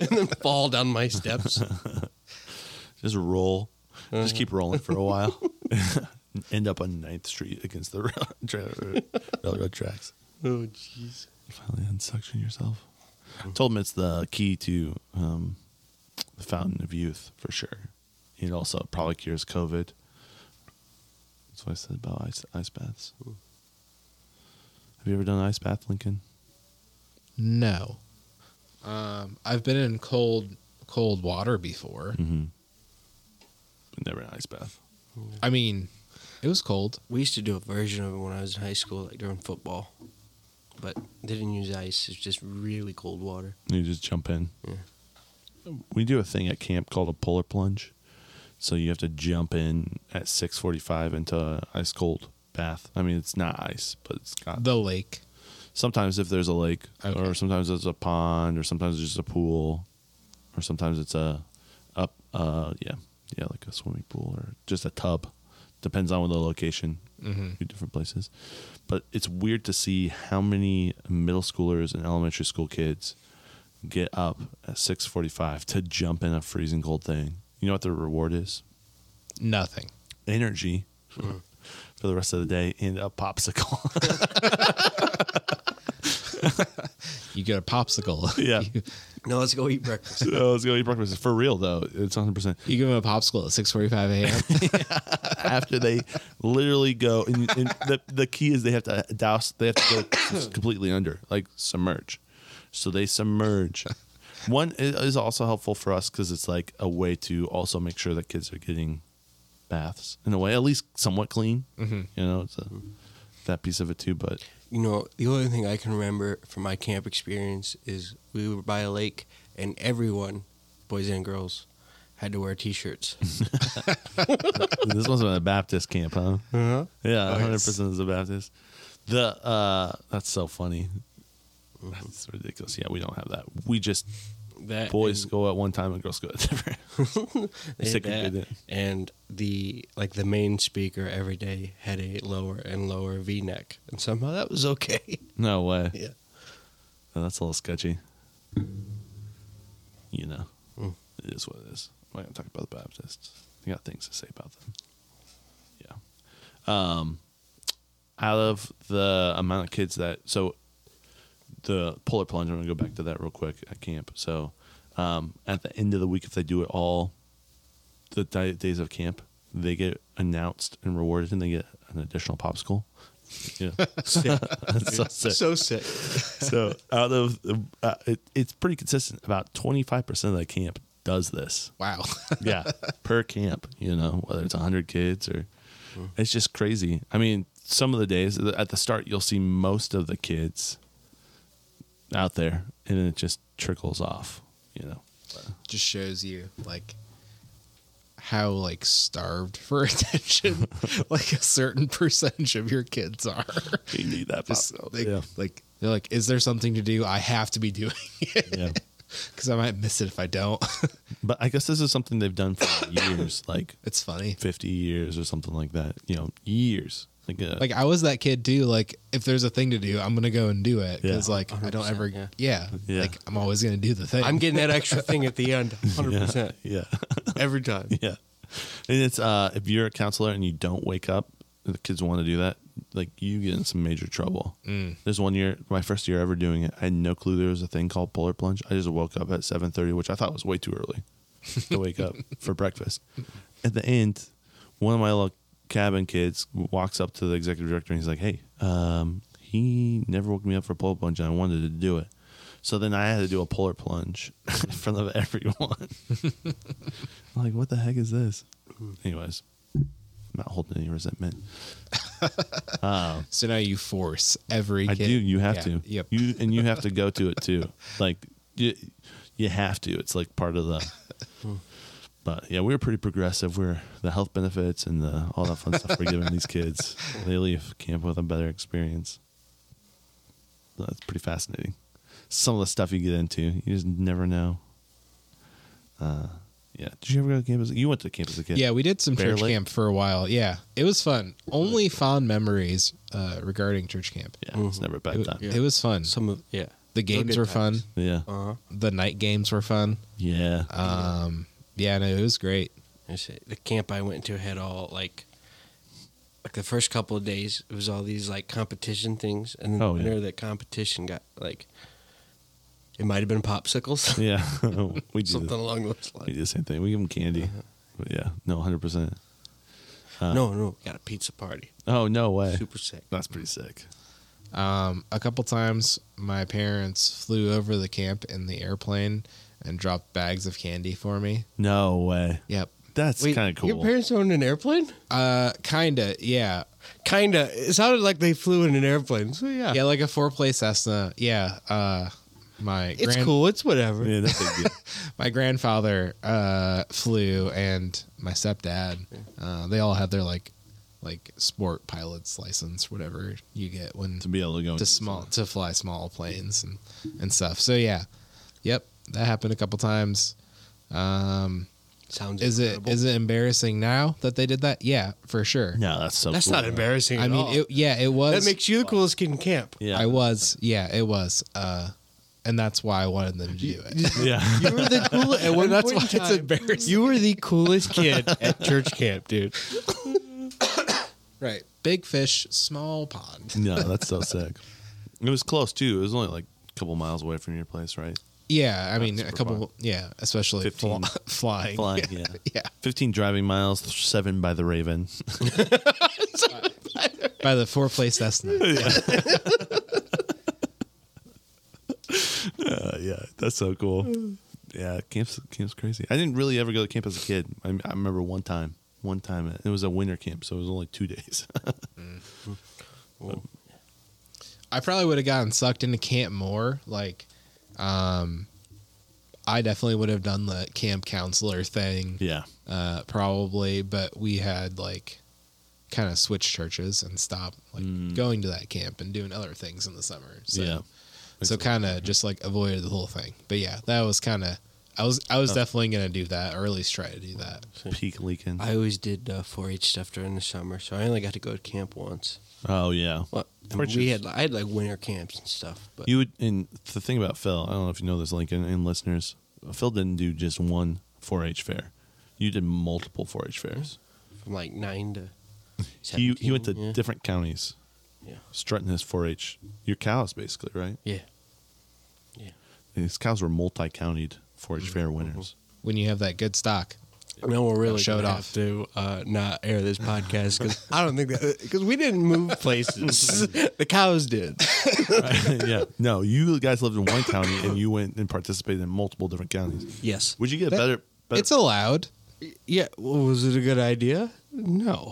[SPEAKER 3] then fall down my steps.
[SPEAKER 2] just roll, just keep rolling for a while. Uh-huh. End up on 9th Street against the rail- tra- railroad tracks.
[SPEAKER 3] Oh jeez.
[SPEAKER 2] You finally unsuction yourself. Told him it's the key to um, the fountain of youth for sure. It also probably cures COVID. That's what I said about ice, ice baths. Have you ever done an ice bath, Lincoln?
[SPEAKER 1] No. Um, I've been in cold, cold water before.
[SPEAKER 2] Never an ice bath.
[SPEAKER 1] I mean, it was cold.
[SPEAKER 3] We used to do a version of it when I was in high school, like during football, but they didn't use ice. It's just really cold water.
[SPEAKER 2] You just jump in. We do a thing at camp called a polar plunge. So you have to jump in at 6:45 into an ice cold bath. I mean, it's not ice, but it's got
[SPEAKER 1] The lake.
[SPEAKER 2] sometimes if there's a lake
[SPEAKER 1] Okay.
[SPEAKER 2] or sometimes there's a pond or sometimes there's just a pool or sometimes it's a up uh yeah yeah like a swimming pool or just a tub depends on the location mm different places but it's weird to see how many middle schoolers and elementary school kids get up at 6.45 to jump in a freezing cold thing you know what the reward is
[SPEAKER 1] Nothing.
[SPEAKER 2] energy for the rest of the day and a popsicle
[SPEAKER 1] You get a popsicle.
[SPEAKER 2] Yeah.
[SPEAKER 1] you,
[SPEAKER 3] No, let's go eat breakfast.
[SPEAKER 2] so let's go eat breakfast for real though it's 100%
[SPEAKER 1] you give them a popsicle at 6:45 a.m.
[SPEAKER 2] after they literally go and, and the, the key is they have to douse they have to go completely under like submerge so they submerge one i- is also helpful for us because it's like a way to also make sure that kids are getting baths in a way at least somewhat clean you know it's a, that piece of it too but
[SPEAKER 3] You know, the only thing I can remember from my camp experience is we were by a lake and everyone, boys and girls, had to wear t shirts.
[SPEAKER 2] this one's a Baptist camp, huh?
[SPEAKER 3] Uh-huh.
[SPEAKER 2] Yeah,
[SPEAKER 3] Oh,
[SPEAKER 2] hundred
[SPEAKER 3] yes.
[SPEAKER 2] percent is a Baptist. The uh, that's so funny. That's ridiculous. Yeah, we don't have that. We just
[SPEAKER 3] That
[SPEAKER 2] boys
[SPEAKER 3] and-
[SPEAKER 2] go at one time and girls go at different.
[SPEAKER 3] they had
[SPEAKER 2] Second
[SPEAKER 3] that,
[SPEAKER 2] cadet.
[SPEAKER 3] and the like the main speaker every day had a lower and lower V neck, and somehow that was okay.
[SPEAKER 2] No way.
[SPEAKER 3] Yeah.
[SPEAKER 2] No, Oh, that's a little sketchy. You know, it is what it is. I'm not gonna talk about the Baptists. I got things to say about them. Yeah. Um, out of the amount of kids that so the polar plunge. I'm gonna go back to that real quick at camp. So, um, at the end of the week, if they do it all, the di- days of camp, they get announced and rewarded, and they get an additional popsicle. Yeah, That's so sick
[SPEAKER 3] So sick.
[SPEAKER 2] so out of uh, it, it's pretty consistent about 25% of the camp does this
[SPEAKER 1] wow.
[SPEAKER 2] yeah per camp you know whether it's 100 kids or
[SPEAKER 1] Hmm.
[SPEAKER 2] it's just crazy i mean some of the days at the start you'll see most of the kids out there and then it just trickles off you know
[SPEAKER 1] Just shows you like how like starved for attention like a certain percentage of your kids are.
[SPEAKER 2] you need that
[SPEAKER 1] Just
[SPEAKER 2] popsicle.
[SPEAKER 1] like,
[SPEAKER 2] yeah
[SPEAKER 1] like they're like, is there something to do? I have to be doing it
[SPEAKER 2] yeah
[SPEAKER 1] because I might miss it if I don't.
[SPEAKER 2] but i guess this is something they've done for years like
[SPEAKER 1] it's funny.
[SPEAKER 2] 50 years or something like that you know years like, uh,
[SPEAKER 1] Like I was that kid too. Like if there's a thing to do, I'm gonna go and do it because
[SPEAKER 2] Yeah.
[SPEAKER 1] like I don't ever. Yeah.
[SPEAKER 3] 100%,
[SPEAKER 2] Yeah.
[SPEAKER 1] Like I'm always gonna do the thing.
[SPEAKER 3] I'm getting that extra thing at the end, hundred
[SPEAKER 2] yeah,
[SPEAKER 3] percent
[SPEAKER 2] yeah.
[SPEAKER 3] every time.
[SPEAKER 2] Yeah. And it's uh if you're a counselor and you don't wake up, the kids want to do that, like you get in some major trouble. Mm. There's one year, my first year ever doing it, I had no clue there was a thing called polar plunge. I just woke up at 7:30, which I thought was way too early to wake up for breakfast. At the end, one of my little cabin kids walks up to the executive director and he's like, "Hey, um, he never woke me up for polar plunge, and I wanted to do it." So then I had to do a polar plunge in front of everyone. I'm like, what the heck is this? Anyways, I'm not hold any resentment. Um,
[SPEAKER 1] So now you force every.
[SPEAKER 2] I
[SPEAKER 1] kid-
[SPEAKER 2] do. You have
[SPEAKER 1] Yeah,
[SPEAKER 2] to.
[SPEAKER 1] Yep.
[SPEAKER 2] You and you have to go to it too. Like you, you have to. It's like part of the. But yeah, we were pretty progressive. We're the health benefits and the all that fun stuff we're giving these kids. They leave camp with a better experience. So That's pretty fascinating. Some of the stuff you get into, you just never know. Uh, yeah. Did you ever go to campus? You went to campus as a kid.
[SPEAKER 1] Yeah, we did some church
[SPEAKER 2] Barely.
[SPEAKER 1] camp for a while. Yeah, it was fun. Only fond memories uh, regarding church camp.
[SPEAKER 2] Yeah. It's never a bad
[SPEAKER 1] Mm-hmm. It,
[SPEAKER 2] time.
[SPEAKER 1] it was fun.
[SPEAKER 3] Some of yeah.
[SPEAKER 1] the games
[SPEAKER 3] good
[SPEAKER 1] were fun.
[SPEAKER 3] times.
[SPEAKER 2] Yeah.
[SPEAKER 3] Uh huh.
[SPEAKER 1] The night games were fun.
[SPEAKER 2] Yeah.
[SPEAKER 1] Um, yeah, no, it was great.
[SPEAKER 3] I say the camp I went to had all like like the first couple of days it was all these like competition things and then
[SPEAKER 2] Oh,
[SPEAKER 3] oh,
[SPEAKER 2] yeah.
[SPEAKER 3] whenever that competition got like it might have been popsicles.
[SPEAKER 2] yeah. we do
[SPEAKER 3] Something
[SPEAKER 2] this.
[SPEAKER 3] along those
[SPEAKER 2] We
[SPEAKER 3] lines.
[SPEAKER 2] do the same thing. We give them candy. But yeah, no, hundred percent.
[SPEAKER 3] no, no, got a pizza party.
[SPEAKER 2] Oh no way.
[SPEAKER 3] Super sick.
[SPEAKER 2] That's pretty sick.
[SPEAKER 1] Um, a couple times, my parents flew over the camp in the airplane and dropped bags of candy for me.
[SPEAKER 2] No way.
[SPEAKER 1] Yep.
[SPEAKER 2] That's kind of cool.
[SPEAKER 3] Your parents owned an airplane?
[SPEAKER 1] Uh, kinda. Yeah.
[SPEAKER 3] Kinda. It sounded like they flew in an airplane. So yeah.
[SPEAKER 1] Yeah, like a four-play Cessna. Yeah. Uh, my
[SPEAKER 3] It's cool. It's whatever.
[SPEAKER 2] yeah, that's a good.
[SPEAKER 1] my grandfather uh, flew and my stepdad uh, they all had their like like sport pilot's license whatever you get when
[SPEAKER 2] to be able to go
[SPEAKER 1] to small to fly small planes and and stuff so yeah yep that happened a couple times um
[SPEAKER 3] Sounds
[SPEAKER 1] is it
[SPEAKER 3] incredible.
[SPEAKER 1] is it embarrassing now that they did that yeah for sure
[SPEAKER 2] No, that's so.
[SPEAKER 3] That's
[SPEAKER 2] cool.
[SPEAKER 3] not embarrassing.
[SPEAKER 1] i
[SPEAKER 3] at
[SPEAKER 1] mean
[SPEAKER 3] all.
[SPEAKER 1] it, yeah it was
[SPEAKER 3] that makes you the coolest kid in camp.
[SPEAKER 2] Yeah,
[SPEAKER 1] i was yeah it was uh and that's why i wanted them to do it
[SPEAKER 2] Yeah,
[SPEAKER 3] You were the coolest. At one
[SPEAKER 1] that's
[SPEAKER 3] point in
[SPEAKER 1] why it's
[SPEAKER 3] time,
[SPEAKER 1] embarrassing.
[SPEAKER 3] You were the coolest kid at church camp, dude.
[SPEAKER 1] right big fish small pond
[SPEAKER 2] no, that's so sick. It was close too. It was only like a couple miles away from your place, right?
[SPEAKER 1] Yeah, I mean a
[SPEAKER 2] super
[SPEAKER 1] couple. Yeah, especially
[SPEAKER 2] 15.
[SPEAKER 1] fly- flying.
[SPEAKER 2] Flying, yeah.
[SPEAKER 1] yeah.
[SPEAKER 2] Fifteen driving miles, seven by the Raven.
[SPEAKER 1] By the four place Cessna.
[SPEAKER 2] Uh, yeah, that's so cool. Yeah, camp's camp's crazy. I didn't really ever go to camp as a kid. I, I remember one time, one time it was a winter camp, so it was only two days.
[SPEAKER 1] I probably would have gotten sucked into camp more. Like, um, I definitely would have done the camp counselor thing.
[SPEAKER 2] yeah,
[SPEAKER 1] Uh, probably, but we had like kind of switched churches and stopped like going to that camp and doing other things in the summer. So,
[SPEAKER 2] Mm. yeah.
[SPEAKER 1] So kind of just like avoided the whole thing. But yeah, that was kind of. I was I was definitely gonna do that, or at least try to do that.
[SPEAKER 2] Peak Lincoln.
[SPEAKER 3] I always did 4-H stuff during the summer, so I only got to go to camp once.
[SPEAKER 2] oh yeah.
[SPEAKER 3] Well, I mean,
[SPEAKER 2] Which
[SPEAKER 3] we
[SPEAKER 2] is-
[SPEAKER 3] had I had like winter camps and stuff, but
[SPEAKER 2] You would, and the thing about Phil, I don't know if you know this, Lincoln, and listeners, Phil didn't do just one 4-H fair. You did multiple 4-H fairs.
[SPEAKER 3] from like nine to. 17,
[SPEAKER 2] He he went to
[SPEAKER 3] yeah.
[SPEAKER 2] different counties,
[SPEAKER 3] Yeah.
[SPEAKER 2] strutting his 4-H. Your cows, basically, right?
[SPEAKER 3] yeah.
[SPEAKER 2] His cows were multi-countied 4-H fair
[SPEAKER 3] Mm-hmm.
[SPEAKER 2] winners.
[SPEAKER 1] When you have that good stock,
[SPEAKER 3] No, we're really
[SPEAKER 1] Show it
[SPEAKER 3] gonna
[SPEAKER 1] off.
[SPEAKER 3] have to uh, not air this podcast because I don't think that because we didn't move places. the cows did.
[SPEAKER 2] yeah, no, you guys lived in one county and you went and participated in multiple different counties.
[SPEAKER 3] Yes.
[SPEAKER 2] Would you get
[SPEAKER 1] That-
[SPEAKER 2] better? better
[SPEAKER 1] it's allowed.
[SPEAKER 3] Yeah. Well, was it a good idea? No.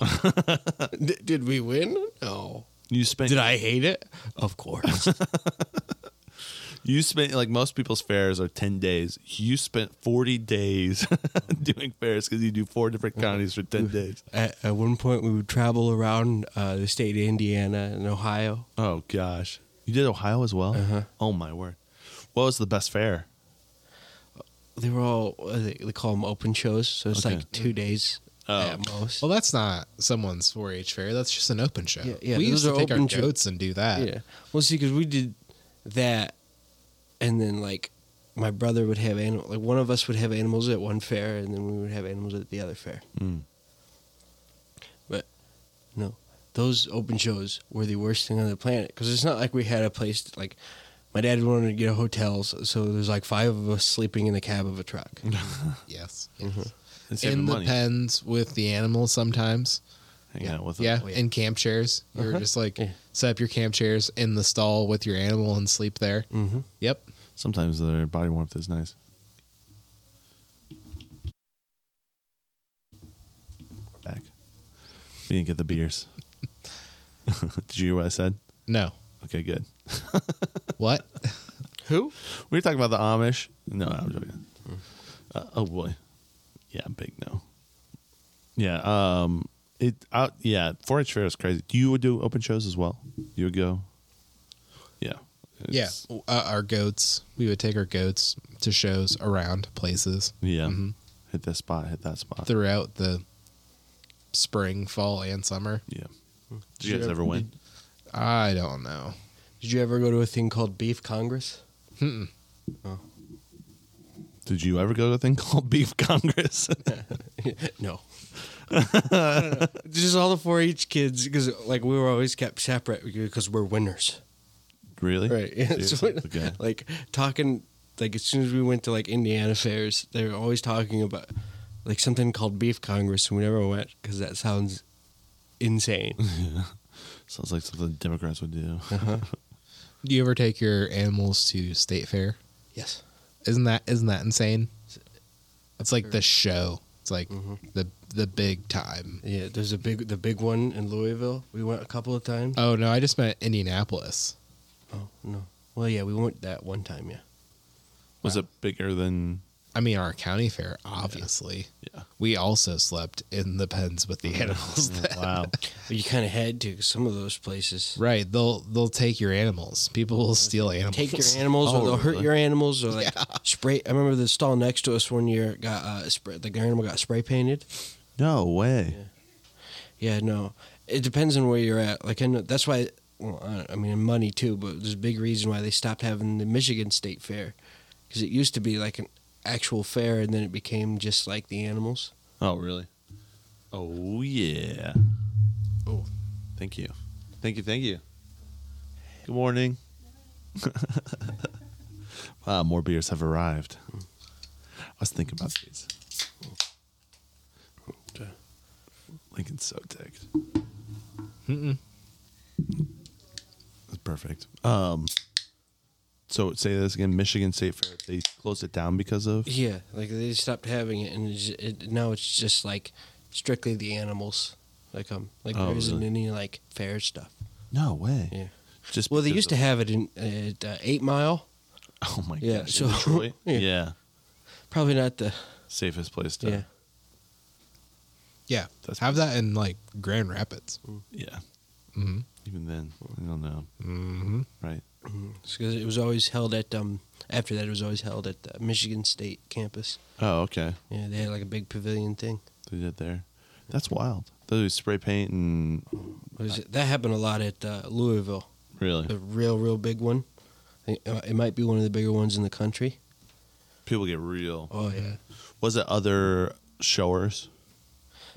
[SPEAKER 3] D- did we win? No.
[SPEAKER 2] you spent
[SPEAKER 3] Did I hate it? Of course.
[SPEAKER 2] You spent like most people's fairs are ten days. You spent forty days doing fairs because you do four different
[SPEAKER 1] Mm-hmm.
[SPEAKER 2] counties for ten days.
[SPEAKER 3] at, at one point, we would travel around uh, the state of Indiana and Ohio.
[SPEAKER 2] Oh gosh, you did Ohio as well.
[SPEAKER 1] Uh-huh.
[SPEAKER 2] Oh my word, what was the best fair?
[SPEAKER 3] They were all uh, they, they call them open shows, so it's
[SPEAKER 2] Okay.
[SPEAKER 3] like two days at most.
[SPEAKER 1] Well, that's not someone's 4-H fair. That's just an open show.
[SPEAKER 3] Yeah, yeah,
[SPEAKER 1] we
[SPEAKER 3] those
[SPEAKER 1] used to
[SPEAKER 3] are
[SPEAKER 1] take our
[SPEAKER 3] open show-
[SPEAKER 1] goats and do that.
[SPEAKER 3] yeah. Well, see, because we did that, and then like my brother would have animal. Like one of us would have animals at one fair, and then we would have animals at the other fair. But no, those open shows were the worst thing on the planet because it's not like we had a place. To, like my dad wanted to get a hotel, so, so there's like five of us sleeping in the cab of a truck.
[SPEAKER 1] Yes.
[SPEAKER 3] Mm-hmm.
[SPEAKER 2] It's saving
[SPEAKER 1] In the
[SPEAKER 2] money.
[SPEAKER 1] pens with the animals sometimes.
[SPEAKER 2] Hanging out with
[SPEAKER 1] yeah,
[SPEAKER 2] them.
[SPEAKER 1] in camp chairs. You were just like
[SPEAKER 3] Yeah.
[SPEAKER 1] set up your camp chairs in the stall with your animal and sleep there. Mm-hmm. Yep.
[SPEAKER 2] Sometimes their body warmth is nice. Back. We didn't get the beers. Did you hear what I said?
[SPEAKER 1] No.
[SPEAKER 2] Okay, good.
[SPEAKER 1] What?
[SPEAKER 3] Who?
[SPEAKER 2] We were talking about the Amish. No, I'm joking. Uh, oh boy, yeah, big no. Yeah, um, it. Uh, yeah, 4-H fair is crazy. Do you do open shows as well? You would go. Yeah.
[SPEAKER 1] Yeah,
[SPEAKER 2] It's-
[SPEAKER 1] uh, our goats. We would take our goats to shows around places Mm-hmm.
[SPEAKER 2] Yeah. Mm-hmm. Hit that spot. Hit that spot.
[SPEAKER 1] throughout the spring, fall, and summer.
[SPEAKER 2] yeah. Did you guys ever win?
[SPEAKER 1] I don't know.
[SPEAKER 3] Did you ever go to a thing called Beef Congress?
[SPEAKER 2] Did you ever go to a thing called Beef Congress?
[SPEAKER 3] no. Just all the 4-H kids, because like we were always kept separate because we're winners,
[SPEAKER 2] really?
[SPEAKER 3] right? Yeah, so,
[SPEAKER 2] Seriously? okay.
[SPEAKER 3] Like talking, like as soon as we went to like Indiana fairs, they were always talking about like something called Beef Congress, and we never went because that sounds insane.
[SPEAKER 2] Sounds like something Democrats would do.
[SPEAKER 1] Do you ever take your animals to state fair?
[SPEAKER 3] yes,
[SPEAKER 1] Isn't that isn't that insane? It's like the show. It's like the the big time.
[SPEAKER 3] yeah. There's a big, the big one in Louisville. We went a couple of times.
[SPEAKER 1] Oh no, I just meant Indianapolis.
[SPEAKER 3] oh no. Well, yeah, we went that one time. Yeah.
[SPEAKER 2] Was it bigger than?
[SPEAKER 1] I mean our county fair, obviously.
[SPEAKER 2] Yeah.
[SPEAKER 1] We also slept in the pens with the animals. then.
[SPEAKER 2] Wow.
[SPEAKER 3] But you kind of had to 'cause some of those places
[SPEAKER 1] Right. They'll they'll take your animals. People will steal animals.
[SPEAKER 3] take your animals or
[SPEAKER 2] Oh,
[SPEAKER 3] they'll hurt
[SPEAKER 2] really?
[SPEAKER 3] your animals or like spray. I remember the stall next to us one year got uh, spray, the animal got spray painted.
[SPEAKER 2] No way.
[SPEAKER 3] Yeah, no, it depends on where you're at. Like I know that's why. Well, I, don't- I mean, money too, but there's a big reason why they stopped having the Michigan State Fair because it used to be like an actual fair and then it became just like the animals.
[SPEAKER 2] Oh really? Oh yeah. Oh, thank you, thank you, thank you. Good morning. wow, more beers have arrived. I was thinking about these. Lincoln's so ticked. Mm-mm. That's perfect. Um. So say this again. Michigan State Fair. They closed it down because of.
[SPEAKER 3] Yeah, like they stopped having it, and it's, it, now it's just like strictly the animals. Like um, like
[SPEAKER 2] Oh,
[SPEAKER 3] there isn't
[SPEAKER 2] really?
[SPEAKER 3] any like fair stuff.
[SPEAKER 2] No way.
[SPEAKER 3] Yeah.
[SPEAKER 2] Just
[SPEAKER 3] Well, they
[SPEAKER 2] because
[SPEAKER 3] used to
[SPEAKER 2] of-
[SPEAKER 3] have it in at uh, Eight Mile.
[SPEAKER 2] Oh my
[SPEAKER 3] Yeah,
[SPEAKER 2] gosh.
[SPEAKER 3] so-
[SPEAKER 2] in Detroit?
[SPEAKER 3] yeah.
[SPEAKER 2] yeah.
[SPEAKER 3] Probably not the
[SPEAKER 2] Safest place to
[SPEAKER 3] yeah.
[SPEAKER 1] Yeah.
[SPEAKER 2] That's-
[SPEAKER 1] Have that in like Grand Rapids.
[SPEAKER 2] Yeah.
[SPEAKER 1] Mhm.
[SPEAKER 2] Even then, I don't know.
[SPEAKER 3] Mm-hmm.
[SPEAKER 1] Mhm.
[SPEAKER 2] Right.
[SPEAKER 3] Because it was always held at um. After that, it was always held at the Michigan State campus.
[SPEAKER 2] Oh, okay.
[SPEAKER 3] Yeah, they had like a big pavilion thing.
[SPEAKER 2] They did there. That's wild. They spray paint and
[SPEAKER 3] What is it? That happened a lot at uh, Louisville. A
[SPEAKER 2] really
[SPEAKER 3] real, real big one. I think, uh, It might be one of the bigger ones in the country.
[SPEAKER 2] people get real.
[SPEAKER 3] Oh yeah,
[SPEAKER 2] Was it other showers?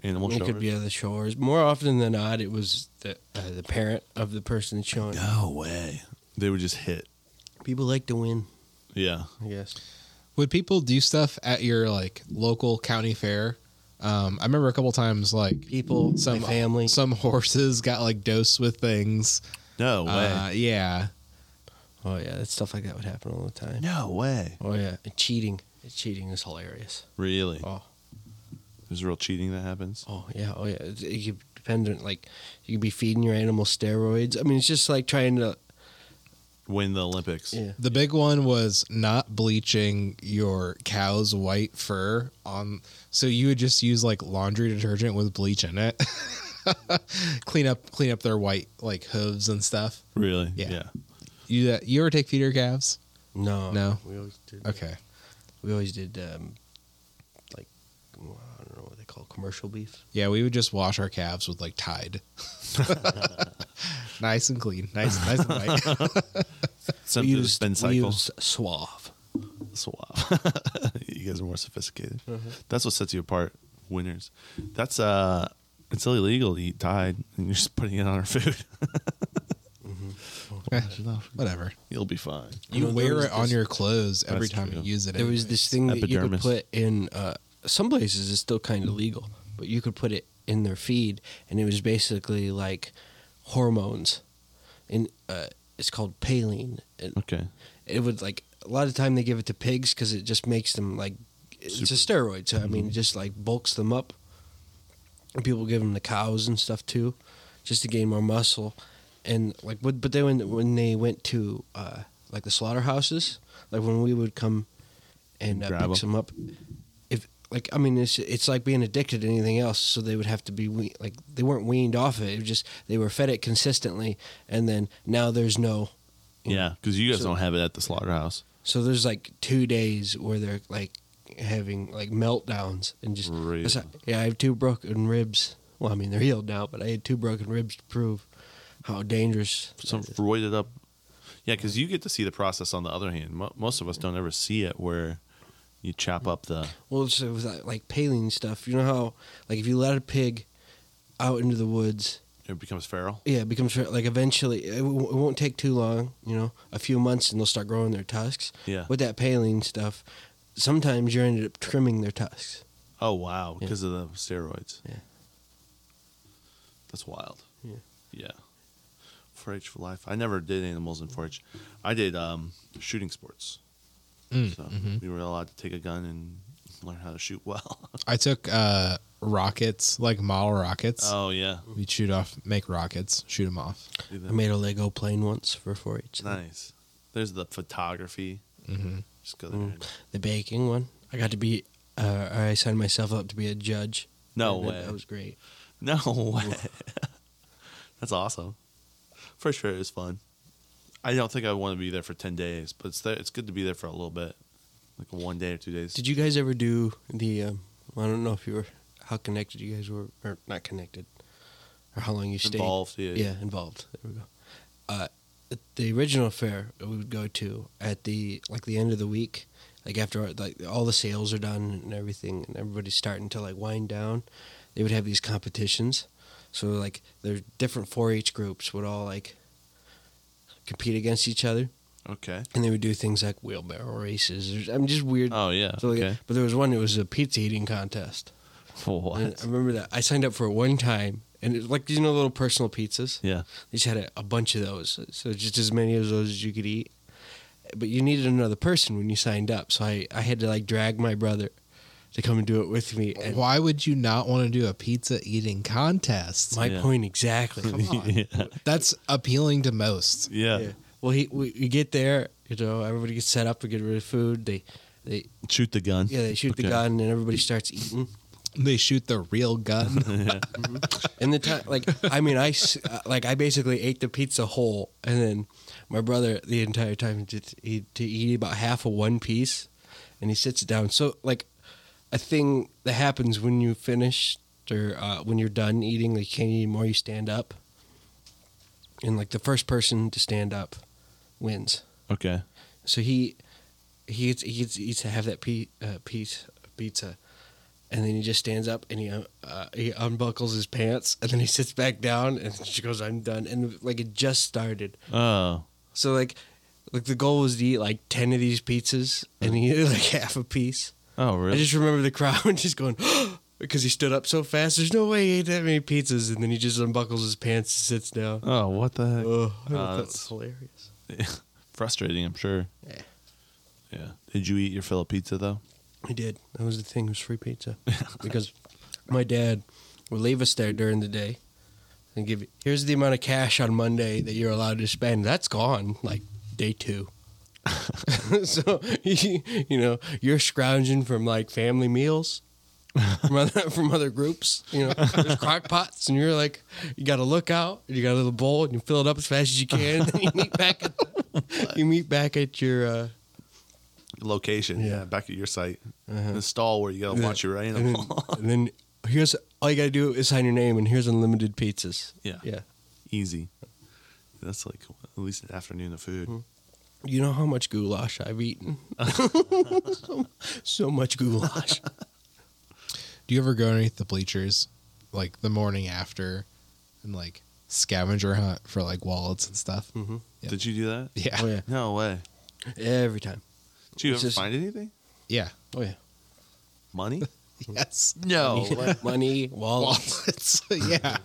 [SPEAKER 2] Animal
[SPEAKER 3] it
[SPEAKER 2] showers.
[SPEAKER 3] could be other shores. More often than not, it was the uh, the parent of the person that's showing.
[SPEAKER 2] no way. They would just hit.
[SPEAKER 3] People like to win,
[SPEAKER 2] Yeah.
[SPEAKER 3] I guess.
[SPEAKER 1] Would people do stuff at your like local county fair? Um, I remember a couple times like
[SPEAKER 3] People, some
[SPEAKER 1] some
[SPEAKER 3] family.
[SPEAKER 1] some horses got like dosed with things.
[SPEAKER 2] No way.
[SPEAKER 1] Uh, yeah,
[SPEAKER 3] oh yeah, that stuff like that would happen all the time.
[SPEAKER 2] no way.
[SPEAKER 3] Oh yeah, and cheating. Cheating is hilarious.
[SPEAKER 2] Really?
[SPEAKER 3] Oh,
[SPEAKER 2] There's real cheating that happens.
[SPEAKER 3] oh yeah, oh yeah. It, it could depend on like you could be feeding your animal steroids. I mean, it's just like trying to.
[SPEAKER 2] Win the Olympics.
[SPEAKER 3] Yeah.
[SPEAKER 1] the big one was not bleaching your cow's white fur on. So you would just use like laundry detergent with bleach in it, clean up clean up their white like hooves and stuff.
[SPEAKER 2] Really?
[SPEAKER 1] Yeah.
[SPEAKER 2] yeah.
[SPEAKER 1] You uh, you ever take feeder calves?
[SPEAKER 3] No,
[SPEAKER 1] No.
[SPEAKER 3] We always did.
[SPEAKER 1] Okay,
[SPEAKER 3] We always did. Um, like mm, I don't know what they call commercial beef.
[SPEAKER 1] yeah, we would just wash our calves with like Tide, nice and clean, nice nice and white.
[SPEAKER 2] Oh, Some
[SPEAKER 3] we
[SPEAKER 2] people spin
[SPEAKER 3] we
[SPEAKER 2] cycle.
[SPEAKER 3] used Suave.
[SPEAKER 2] suave. you guys are more sophisticated.
[SPEAKER 3] Mm-hmm.
[SPEAKER 2] That's what sets you apart, winners. That's uh, it's illegal to eat Tide, and you're just putting it on our food.
[SPEAKER 1] Eh, Whatever.
[SPEAKER 2] You'll be fine.
[SPEAKER 1] You
[SPEAKER 3] know, there
[SPEAKER 1] wear
[SPEAKER 3] was
[SPEAKER 1] it on
[SPEAKER 3] this-
[SPEAKER 1] your clothes every
[SPEAKER 2] That's
[SPEAKER 1] time
[SPEAKER 2] true.
[SPEAKER 1] you use it.
[SPEAKER 3] There was
[SPEAKER 1] anyways.
[SPEAKER 3] this thing that you could
[SPEAKER 2] Epidermis.
[SPEAKER 3] put in. Uh, some places it's still kind of legal, but you could put it in their feed, and it was basically like hormones. And uh, it's called paline. It,
[SPEAKER 2] Okay.
[SPEAKER 3] it would like a lot of time they give it to pigs because it just makes them like it's a steroid. So I mean, it just like bulks them up. And people give them the cows and stuff too, just to gain more muscle. And like, but but then when when they went to uh, like the slaughterhouses, like when we would come and uh,
[SPEAKER 2] Grab
[SPEAKER 3] pick
[SPEAKER 2] 'em.
[SPEAKER 3] some up, if like I mean it's it's like being addicted to anything else. So they would have to be we- like they weren't weaned off it. It was just they were fed it consistently, and then now there's no.
[SPEAKER 2] Yeah, because you guys
[SPEAKER 3] Mm. So-
[SPEAKER 2] don't have it at the slaughterhouse.
[SPEAKER 3] So there's like two days where they're like having like meltdowns and just
[SPEAKER 2] Really?
[SPEAKER 3] That's not- yeah. I have two broken ribs. Well, I mean they're healed now, but I had two broken ribs to prove how dangerous.
[SPEAKER 2] Some roided up. Yeah, because you get to see the process on the other hand. Mo- Most of us don't ever see it where you chop up the.
[SPEAKER 3] Well, it's it was like, like paling stuff. You know how like if you let a pig out into the woods
[SPEAKER 2] It becomes feral.
[SPEAKER 3] Yeah, it becomes like eventually it, w- it won't take too long, you know, a few months and they'll start growing their tusks.
[SPEAKER 2] Yeah.
[SPEAKER 3] With that paling stuff, sometimes you end up trimming their tusks.
[SPEAKER 2] Oh wow,
[SPEAKER 3] Yeah.
[SPEAKER 2] because of the steroids.
[SPEAKER 3] Yeah.
[SPEAKER 2] That's wild.
[SPEAKER 3] Yeah.
[SPEAKER 2] Yeah. 4-H for life. I never did animals in 4-H. I did um, shooting sports.
[SPEAKER 3] Mm,
[SPEAKER 2] so
[SPEAKER 3] mm-hmm.
[SPEAKER 2] we were allowed to take a gun and learn how to shoot well.
[SPEAKER 1] I took uh, rockets, like model rockets.
[SPEAKER 2] oh yeah.
[SPEAKER 1] We'd shoot off, make rockets, shoot them off.
[SPEAKER 2] Do
[SPEAKER 3] I
[SPEAKER 2] that.
[SPEAKER 3] made a Lego plane once for 4 H.
[SPEAKER 2] Nice. There's the photography.
[SPEAKER 1] Mm-hmm.
[SPEAKER 2] Just go there.
[SPEAKER 3] Mm.
[SPEAKER 2] and-
[SPEAKER 3] The baking one. I got to be, uh, I signed myself up to be a judge.
[SPEAKER 2] No
[SPEAKER 3] And
[SPEAKER 2] way.
[SPEAKER 3] That was great.
[SPEAKER 2] No way. That's awesome. For sure, it was fun. I don't think I want to be there for ten days, but it's there, it's good to be there for a little bit, like one day or two days.
[SPEAKER 3] Did you guys ever do the, um, I don't know if you were, how connected you guys were, or not connected, or how long you stayed.
[SPEAKER 2] involved? Yeah.
[SPEAKER 3] Yeah, involved. There we go. Uh, at the original fair we would go to at the like the end of the week, like after like all the sales are done and everything, and everybody's starting to like wind down. They would have these competitions, so like their different 4-H groups would all like compete against each other,
[SPEAKER 2] Okay.
[SPEAKER 3] and they would do things like wheelbarrow races. Or, I'm just weird.
[SPEAKER 2] Oh yeah.
[SPEAKER 3] so, like,
[SPEAKER 2] okay.
[SPEAKER 3] But there was one. It was a pizza eating contest. And
[SPEAKER 2] what?
[SPEAKER 3] I remember that I signed up for it one time, and it was like you know little personal pizzas.
[SPEAKER 2] Yeah.
[SPEAKER 3] They just had a, a bunch of those, so just as many of those as you could eat. But you needed another person when you signed up, so I, I had to like drag my brother to come and do it with me. And
[SPEAKER 1] Why would you not want to do a pizza eating contest?
[SPEAKER 3] my
[SPEAKER 2] Yeah.
[SPEAKER 3] point exactly.
[SPEAKER 2] yeah.
[SPEAKER 1] That's appealing to most.
[SPEAKER 2] Yeah.
[SPEAKER 3] Yeah. Well, he we, we get there, you know, everybody gets set up to get rid of food. They they
[SPEAKER 2] Shoot the gun.
[SPEAKER 3] yeah they shoot the
[SPEAKER 2] Okay.
[SPEAKER 3] gun, and everybody starts eating.
[SPEAKER 1] They shoot the real gun.
[SPEAKER 3] And the time, like, I mean, I s- uh, like I basically ate the pizza whole, and then my brother the entire time did he to eat about half of one piece, and he sits it down. So like, a thing that happens when you finish or uh, when you're done eating, like you can't eat anymore, you stand up, and like the first person to stand up wins.
[SPEAKER 2] Okay.
[SPEAKER 3] So he he gets he gets, he gets to have that pe- uh, piece of pizza, and then he just stands up and he uh, uh, he unbuckles his pants and then he sits back down and she goes, "I'm done," and like it just started.
[SPEAKER 2] Oh.
[SPEAKER 3] So like like the goal was to eat like ten of these pizzas, and he ate like half a piece.
[SPEAKER 2] Oh really?
[SPEAKER 3] I just remember the crowd just going. Because he stood up so fast, there's no way he ate that many pizzas, and then he just unbuckles his pants and sits down.
[SPEAKER 2] oh what the heck?
[SPEAKER 3] Oh, I thought that was
[SPEAKER 2] that's-
[SPEAKER 3] hilarious.
[SPEAKER 2] Frustrating, I'm sure.
[SPEAKER 3] Yeah.
[SPEAKER 2] Yeah. Did you eat your fill of pizza though?
[SPEAKER 3] We did. That was the thing. Was free pizza because my dad would leave us there during the day and give. you- Here's the amount of cash on Monday that you're allowed to spend. That's gone like day two. so you, you know you're scrounging from like family meals. From other, from other groups, you know, there's crock pots, and you're like, you got to look out. and You got a little bowl, and you fill it up as fast as you can. And then you meet back at, you meet back at your uh,
[SPEAKER 2] Location.
[SPEAKER 3] Yeah.
[SPEAKER 2] Back at your site. The stall where you gotta watch your
[SPEAKER 3] And
[SPEAKER 2] animal.
[SPEAKER 3] then, and then here's all you gotta do is sign your name, and here's unlimited pizzas.
[SPEAKER 2] Yeah.
[SPEAKER 3] yeah.
[SPEAKER 2] Easy. That's like at least an afternoon of food.
[SPEAKER 3] You know how much goulash I've eaten? so, so much goulash.
[SPEAKER 1] Do you ever go underneath the bleachers, like the morning after, and like scavenger hunt for like wallets and stuff?
[SPEAKER 2] Hmm.
[SPEAKER 1] Mm-hmm. Yeah.
[SPEAKER 2] Did you do that?
[SPEAKER 1] Yeah.
[SPEAKER 3] Oh yeah,
[SPEAKER 2] No way.
[SPEAKER 3] every time.
[SPEAKER 2] Did you
[SPEAKER 3] It's
[SPEAKER 2] ever
[SPEAKER 3] just-
[SPEAKER 2] find anything?
[SPEAKER 1] Yeah.
[SPEAKER 3] Oh yeah.
[SPEAKER 2] Money?
[SPEAKER 1] Yes.
[SPEAKER 2] no.
[SPEAKER 3] Money, wallets.
[SPEAKER 1] Wallets. yeah.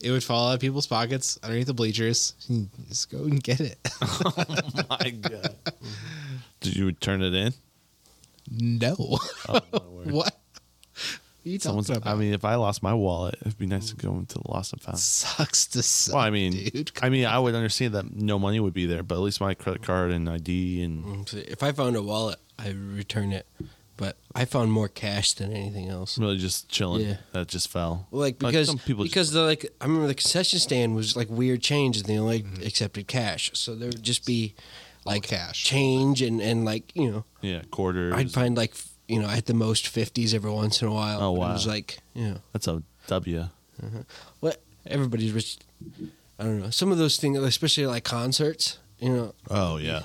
[SPEAKER 1] It would fall out of people's pockets underneath the bleachers. You Just go and get it.
[SPEAKER 2] My God. Did you turn it in?
[SPEAKER 1] No.
[SPEAKER 2] Oh, my word.
[SPEAKER 1] what? you talking
[SPEAKER 2] Someone's. I
[SPEAKER 1] about?
[SPEAKER 2] mean, if I lost my wallet, it'd be nice to go into the lost and found.
[SPEAKER 1] sucks to suck.
[SPEAKER 2] Well, I mean,
[SPEAKER 1] dude,
[SPEAKER 2] I mean, I would understand that no money would be there, but at least my credit card and ID and
[SPEAKER 3] If I found a wallet, I would return it. But I found more cash than anything else.
[SPEAKER 2] really just chilling.
[SPEAKER 3] Yeah.
[SPEAKER 2] That just fell.
[SPEAKER 3] Like because
[SPEAKER 2] some people
[SPEAKER 3] because the like I remember the concession stand was like weird change and they only
[SPEAKER 2] Mm-hmm.
[SPEAKER 3] accepted cash. So there would just be like
[SPEAKER 1] cash.
[SPEAKER 3] change and and like you know
[SPEAKER 2] just, yeah quarters.
[SPEAKER 3] I'd find like f- you know at the most fifties every once in a while.
[SPEAKER 2] Oh,
[SPEAKER 3] but
[SPEAKER 2] wow.
[SPEAKER 3] It was like you know
[SPEAKER 2] That's a W.
[SPEAKER 3] what everybody's rich. I don't know some of those things, especially like concerts. You know,
[SPEAKER 2] Oh yeah,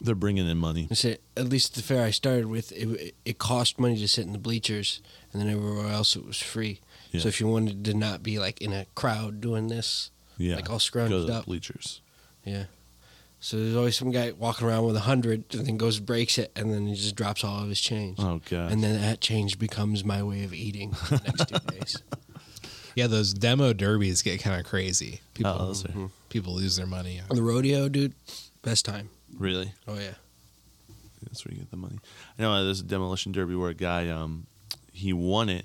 [SPEAKER 2] they're bringing in money.
[SPEAKER 3] I said at least the fair I started with, it, it cost money to sit in the bleachers, and then everywhere else it was free.
[SPEAKER 2] Yeah.
[SPEAKER 3] So if you wanted to not be like in a crowd doing this,
[SPEAKER 2] Yeah,
[SPEAKER 3] like all
[SPEAKER 2] go to
[SPEAKER 3] scrounged
[SPEAKER 2] the
[SPEAKER 3] up,
[SPEAKER 2] bleachers.
[SPEAKER 3] yeah. So there's always some guy walking around with a hundred, and then goes and breaks it, and then he just drops all of his change.
[SPEAKER 2] Oh god.
[SPEAKER 3] And then that change becomes my way of eating for the next two days.
[SPEAKER 1] yeah, those demo derbies get kind of crazy. People,
[SPEAKER 2] Oh, those are- Mhm.
[SPEAKER 1] people lose their money.
[SPEAKER 3] The rodeo, dude, best time.
[SPEAKER 2] really.
[SPEAKER 3] Oh yeah.
[SPEAKER 2] That's where you get the money. I know uh, there's a demolition derby where a guy um he won it,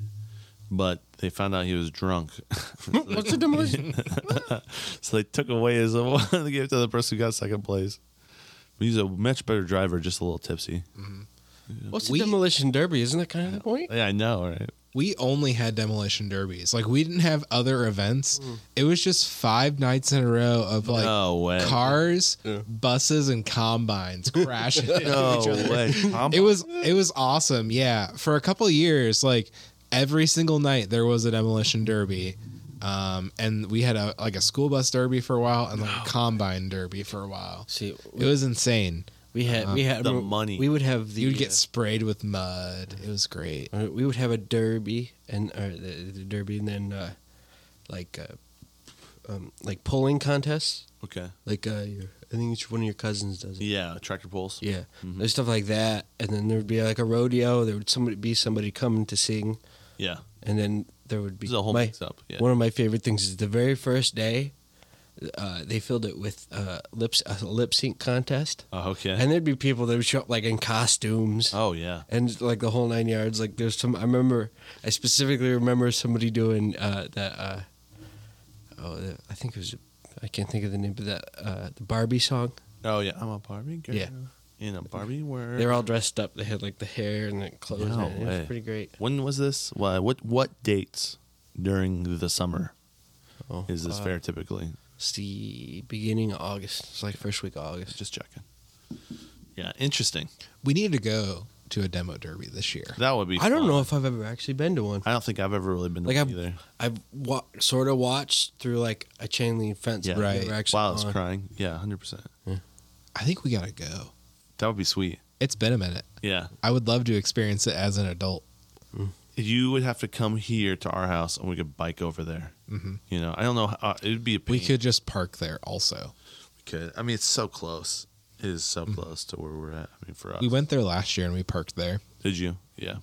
[SPEAKER 2] but they found out he was drunk.
[SPEAKER 3] What's the demolition?
[SPEAKER 2] so they took away his award and they gave it to the person who got second place. But he's a much better driver, just a little tipsy.
[SPEAKER 3] What's
[SPEAKER 1] We-
[SPEAKER 3] the demolition derby? Isn't that kind of the point?
[SPEAKER 2] Yeah, I know, right?
[SPEAKER 1] We only had demolition derbies. Like we didn't have other events.
[SPEAKER 2] Mm.
[SPEAKER 1] It was just five nights in a row of like
[SPEAKER 2] no way.
[SPEAKER 1] cars, buses, and combines crashing. into
[SPEAKER 2] no
[SPEAKER 1] each other.
[SPEAKER 2] way. Tom-
[SPEAKER 1] It was it was awesome. Yeah, for a couple of years, like every single night there was a demolition derby. Um, and we had a like a school bus derby for a while and like a combine derby for a while.
[SPEAKER 3] See,
[SPEAKER 1] It was insane.
[SPEAKER 3] we had we had
[SPEAKER 2] the money.
[SPEAKER 3] We would have the
[SPEAKER 1] You would get
[SPEAKER 3] uh,
[SPEAKER 1] sprayed with mud. It was great.
[SPEAKER 3] Uh, we would have a derby and or the, the derby and then uh, like uh, um, like pulling contests
[SPEAKER 2] okay.
[SPEAKER 3] like uh, your, i think it's one of your cousins does it
[SPEAKER 2] Yeah, tractor pulls.
[SPEAKER 3] yeah there's stuff like that and then there would be like a rodeo there would somebody be somebody coming to sing
[SPEAKER 2] Yeah.
[SPEAKER 3] and then there would be
[SPEAKER 2] There's a whole
[SPEAKER 3] my,
[SPEAKER 2] mix up. Yeah.
[SPEAKER 3] one of my favorite things is the very first day uh, they filled it with uh, lips a lip sync contest
[SPEAKER 2] Oh, okay.
[SPEAKER 3] and there'd be people that would show up like in costumes
[SPEAKER 2] oh yeah.
[SPEAKER 3] and like the whole nine yards. Like there's some. I remember. I specifically remember somebody doing uh, that. Uh, oh, the, I think it was. I can't think of the name of that. Uh, the Barbie song.
[SPEAKER 2] Oh yeah. I'm a Barbie girl.
[SPEAKER 3] Yeah.
[SPEAKER 2] In a Barbie world.
[SPEAKER 3] They were all dressed up. They had like the hair and the clothes.
[SPEAKER 2] No
[SPEAKER 3] and it
[SPEAKER 2] way.
[SPEAKER 3] was pretty great.
[SPEAKER 2] When was this? Why? What what dates during the summer
[SPEAKER 3] Oh,
[SPEAKER 2] is this
[SPEAKER 3] uh,
[SPEAKER 2] fair typically?
[SPEAKER 3] It's the beginning of August. It's like first week of August.
[SPEAKER 2] Just checking. Yeah, interesting.
[SPEAKER 1] We need to go to a demo derby this year.
[SPEAKER 2] That would be.
[SPEAKER 3] I don't
[SPEAKER 2] fun.
[SPEAKER 3] know if I've ever actually been to one.
[SPEAKER 2] I don't think I've ever really been to
[SPEAKER 3] Like,
[SPEAKER 2] one
[SPEAKER 3] I've-
[SPEAKER 2] either.
[SPEAKER 3] I've wa- sort of watched through like a chain link fence.
[SPEAKER 2] Yeah.
[SPEAKER 3] but I've
[SPEAKER 1] Right.
[SPEAKER 3] never actually
[SPEAKER 2] Wow, I was
[SPEAKER 3] gone.
[SPEAKER 2] crying. Yeah, hundred percent.
[SPEAKER 1] I think we gotta go.
[SPEAKER 2] That would be sweet.
[SPEAKER 1] It's been a minute.
[SPEAKER 2] Yeah,
[SPEAKER 1] I would love to experience it as an adult.
[SPEAKER 2] you would have to come here to our house, and we could bike over there. Mm-hmm. You know, I don't know. How, it would be a. Pain.
[SPEAKER 1] We could just park there also.
[SPEAKER 2] We could. I mean, it's so close. It is
[SPEAKER 3] Mm-hmm.
[SPEAKER 2] so close to where we're at. I mean, for us.
[SPEAKER 1] We went there last year and we parked there.
[SPEAKER 2] Did you? Yeah.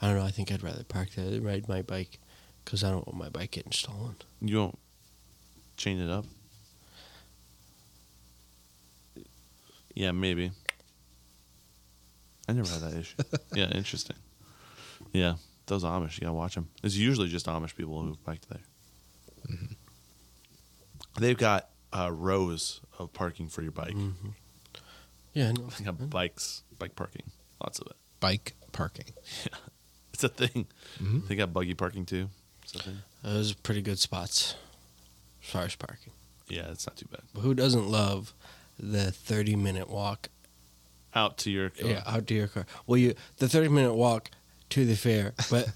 [SPEAKER 3] I don't know. I think I'd rather park there than ride my bike because I don't want my bike getting stolen.
[SPEAKER 2] You won't chain it up. Yeah, maybe. I never had that issue. yeah, interesting. Yeah, those Amish, you gotta watch them. It's usually just Amish people who biked there. They've got uh, rows of parking for your bike.
[SPEAKER 3] Yeah, I know.
[SPEAKER 2] They got bikes, bike parking, lots of it.
[SPEAKER 1] Bike parking.
[SPEAKER 2] It's a thing. They got buggy parking too. It's a thing.
[SPEAKER 3] Those are pretty good spots as far as parking.
[SPEAKER 2] Yeah, it's not too bad.
[SPEAKER 3] But who doesn't love the 30 minute walk
[SPEAKER 2] Out to your car.
[SPEAKER 3] yeah, out to your car? Well, you the 30 minute walk to the fair, but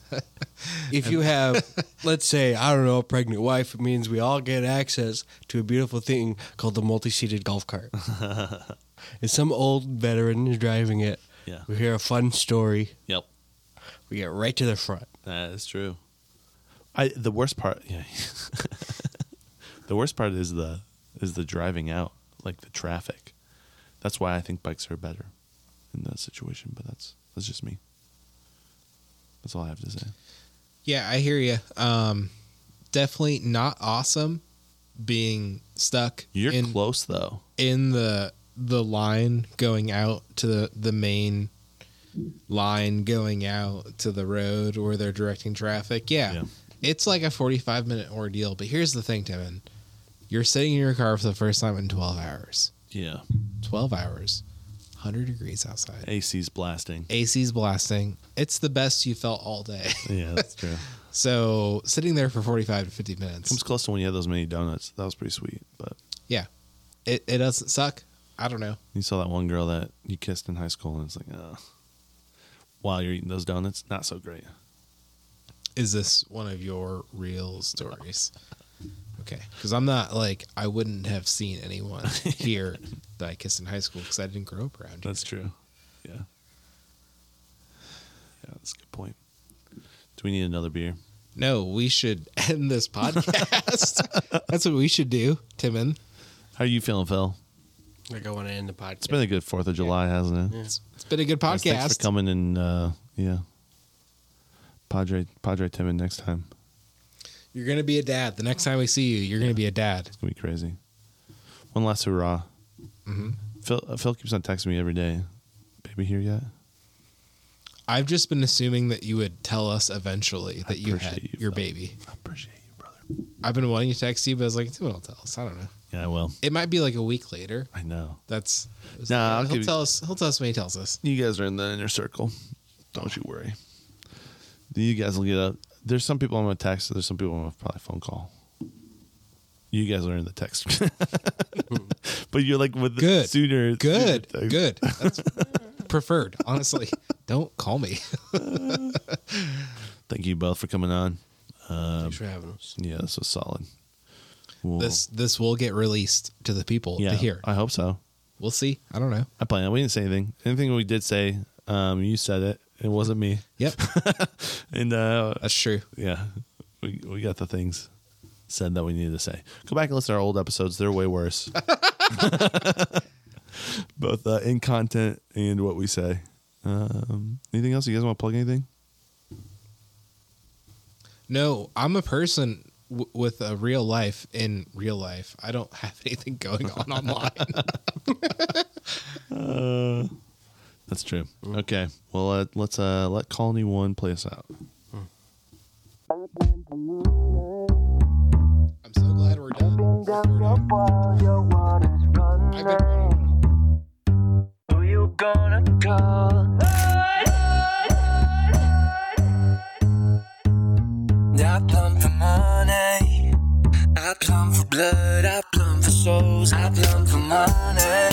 [SPEAKER 3] if you have, let's say, I don't know, a pregnant wife, it means we all get access to a beautiful thing called the multi seated golf cart. and some old veteran is driving it.
[SPEAKER 2] Yeah.
[SPEAKER 3] We hear a fun story,
[SPEAKER 2] Yep.
[SPEAKER 3] we get right to the front.
[SPEAKER 2] That is true. I the worst part, yeah. the worst part is the is the driving out, like the traffic. That's why I think bikes are better in that situation. But that's that's just me. That's all I have to say.
[SPEAKER 1] Yeah, I hear you. Um, definitely not awesome being stuck
[SPEAKER 2] You're
[SPEAKER 1] in
[SPEAKER 2] close though.
[SPEAKER 1] in the the line going out to the the main line going out to the road where they're directing traffic. Yeah.
[SPEAKER 2] Yeah.
[SPEAKER 1] It's like a 45 minute ordeal. But here's the thing, Timon. You're sitting in your car for the first time in 12 hours.
[SPEAKER 2] Yeah.
[SPEAKER 1] 12 hours, 100 degrees outside.
[SPEAKER 2] AC's blasting.
[SPEAKER 1] AC's blasting. It's the best you felt all day.
[SPEAKER 2] Yeah, that's true.
[SPEAKER 1] So sitting there for 45 to 50 minutes.
[SPEAKER 2] Comes close to when you had those mini donuts. That was pretty sweet. But
[SPEAKER 1] Yeah. It, it doesn't suck. I don't know.
[SPEAKER 2] you saw that one girl that you kissed in high school, and it's like, uh, while you're eating those donuts, not so great.
[SPEAKER 1] Is this one of your real stories? Okay. Because I'm not like, I wouldn't have seen anyone here that I kissed in high school because I didn't grow up around.
[SPEAKER 2] That's true. Yeah. Yeah, that's a good point. Do we need another beer?
[SPEAKER 1] No, we should end this podcast. That's what we should do, Timon.
[SPEAKER 2] How are you feeling, Phil?
[SPEAKER 3] Like I want to end the podcast.
[SPEAKER 2] It's been a good Fourth of July, hasn't it?
[SPEAKER 1] It's, it's been a good
[SPEAKER 2] Guys, Thanks
[SPEAKER 1] podcast.
[SPEAKER 2] for coming, and uh, yeah, Padre Padre Timon next time.
[SPEAKER 1] You're going to be a dad. The next time we see you, you're going to be a dad.
[SPEAKER 2] It's gonna be crazy. One last hurrah. Phil uh, Phil keeps on texting me every day. Baby here yet?
[SPEAKER 1] I've just been assuming that you would tell us eventually that you had
[SPEAKER 2] appreciate you,
[SPEAKER 1] your
[SPEAKER 2] Phil.
[SPEAKER 1] baby.
[SPEAKER 2] I appreciate you, brother.
[SPEAKER 1] I've been wanting to text you, but I was like, Timon will tell us. I don't know.
[SPEAKER 2] Yeah, I will.
[SPEAKER 1] It might be like a week later.
[SPEAKER 2] I know.
[SPEAKER 1] That's
[SPEAKER 2] Nah, I'll
[SPEAKER 1] he'll
[SPEAKER 2] give you-
[SPEAKER 1] tell us. He'll tell us when he tells us.
[SPEAKER 2] You guys are in the inner circle. Don't you worry. You guys will get up. There's some people I'm gonna text. There's some people I'm gonna probably phone call. You guys are in the text, but you're like with the
[SPEAKER 1] Good.
[SPEAKER 2] sooner.
[SPEAKER 1] Good,
[SPEAKER 2] sooner
[SPEAKER 1] good.
[SPEAKER 2] text.
[SPEAKER 1] That's preferred. Honestly, don't call me.
[SPEAKER 2] Thank you both for coming on.
[SPEAKER 3] Thanks for having us.
[SPEAKER 2] Yeah, this was solid. We'll-
[SPEAKER 1] This this will get released to the people
[SPEAKER 2] yeah,
[SPEAKER 1] to hear.
[SPEAKER 2] I hope so.
[SPEAKER 1] We'll see. I don't know.
[SPEAKER 2] I plan. We didn't say anything. Anything we did say, um, you said it. It wasn't me.
[SPEAKER 1] Yep,
[SPEAKER 2] And uh,
[SPEAKER 1] that's true.
[SPEAKER 2] yeah, we we got the things said that we needed to say. Go back and listen to our old episodes; they're way worse, both uh, in content and what we say. Um, anything else? You guys want to plug anything?
[SPEAKER 1] No, I'm a person w- with a real life in real life. I don't have anything going on online.
[SPEAKER 2] That's true. Okay. Well, uh, let's uh, let Colony One play us out.
[SPEAKER 1] I'm so glad we're done. recording. I've been-
[SPEAKER 4] Who you gonna call? I plumb for money. I plumb for blood. I plumb for souls. I plumb for money.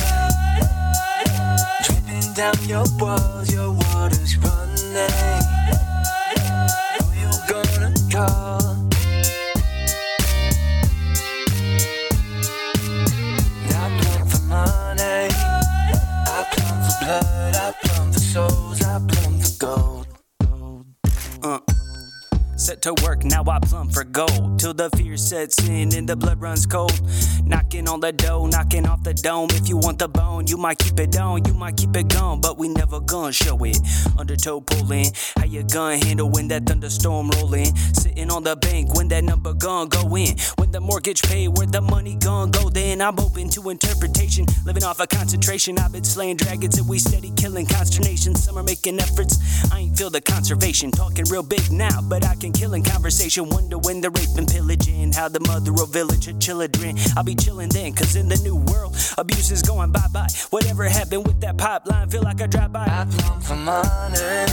[SPEAKER 4] Dripping down your walls, your water's running. Who you gonna call? I plumb for money. I plumb for blood. I plumb for souls. I plumb for gold. Uh. Set to work, now I plumb for gold. Till the fear sets in and the blood runs cold. Knocking on the dough, knocking off the dome. If you want the bone, you might keep it on, you might keep it gone, but we never gonna show it. Undertow pulling, how your gun handle when that thunderstorm rolling. Sitting on the bank when that number gun go in. When the mortgage paid, where the money gon' go, then I'm open to interpretation. Living off a concentration, I've been slaying dragons and we steady killing consternation. Some are making efforts, I ain't feel the conservation. Talking real big now, but I can kill in conversation. Wonder when the rape and pillaging, how the mother of village of children. I'll be chilling then, cause in the new world, abuse is going bye bye. Whatever happened with that pipeline, feel like I drive by. I plumb for money.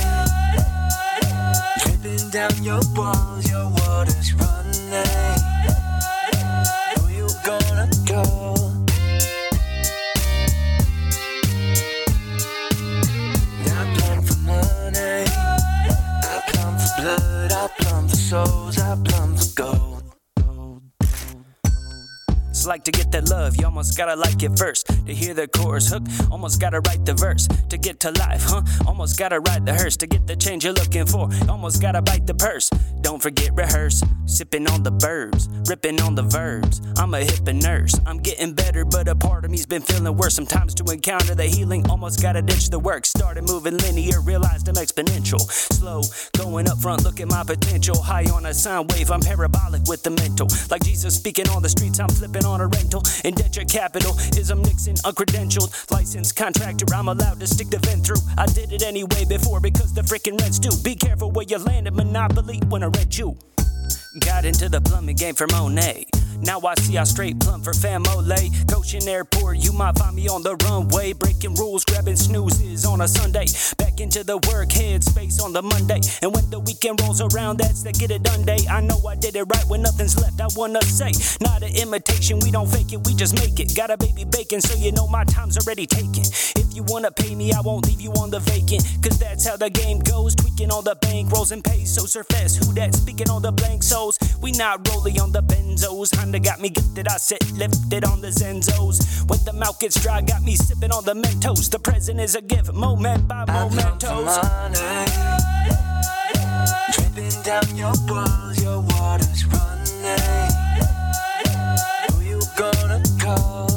[SPEAKER 4] Dripping down your walls, your water's running. Who you gonna call? I plumb for money. I plumb for blood. I plumb for souls. I plumb for gold. It's like to get that love, you almost gotta like it first. To hear the chorus hook, almost gotta write the verse. To get to life, huh? Almost gotta ride the hearse. To get the change you're looking for, almost gotta bite the purse. Don't forget rehearse, sipping on the verbs, ripping on the verbs. I'm a hip and nurse, I'm getting better, but a part of me's been feeling worse. Sometimes to encounter the healing, almost gotta ditch the work. Started moving linear, realized I'm exponential. Slow, going up front, look at my potential. High on a sine wave, I'm parabolic with the mental. Like Jesus speaking on the streets, I'm flipping on on a rental. Indenture capital is I'm Nixon, uncredentialed. Licensed contractor, I'm allowed to stick the vent through. I did it anyway before because the freaking rent's due. Be careful where you land at Monopoly when I rent you. Got into the plumbing game for Monet. Now I see I straight plumb for Famole. Goshen Airport, you might find me on the runway. Breaking rules, grabbing snoozes on a Sunday. Back into the work, headspace on the Monday. And when the weekend rolls around, that's the get it done day. I know I did it right when nothing's left. I wanna say, not an imitation, we don't fake it, we just make it. Got a baby bacon, so you know my time's already taken. If you wanna pay me, I won't leave you on the vacant. Cause that's how the game goes. Tweaking all the bank rolls and pesos or fest. Who that speaking on the blank souls? We not rolling on the benzos. Honda got me gifted. I sit lifted on the Zenzos. When the mouth gets dry, got me sipping on the Mentos. The present is a gift, moment by
[SPEAKER 6] I come for
[SPEAKER 4] momentos.
[SPEAKER 6] money. Dripping down your walls, your water's running. Who you gonna call?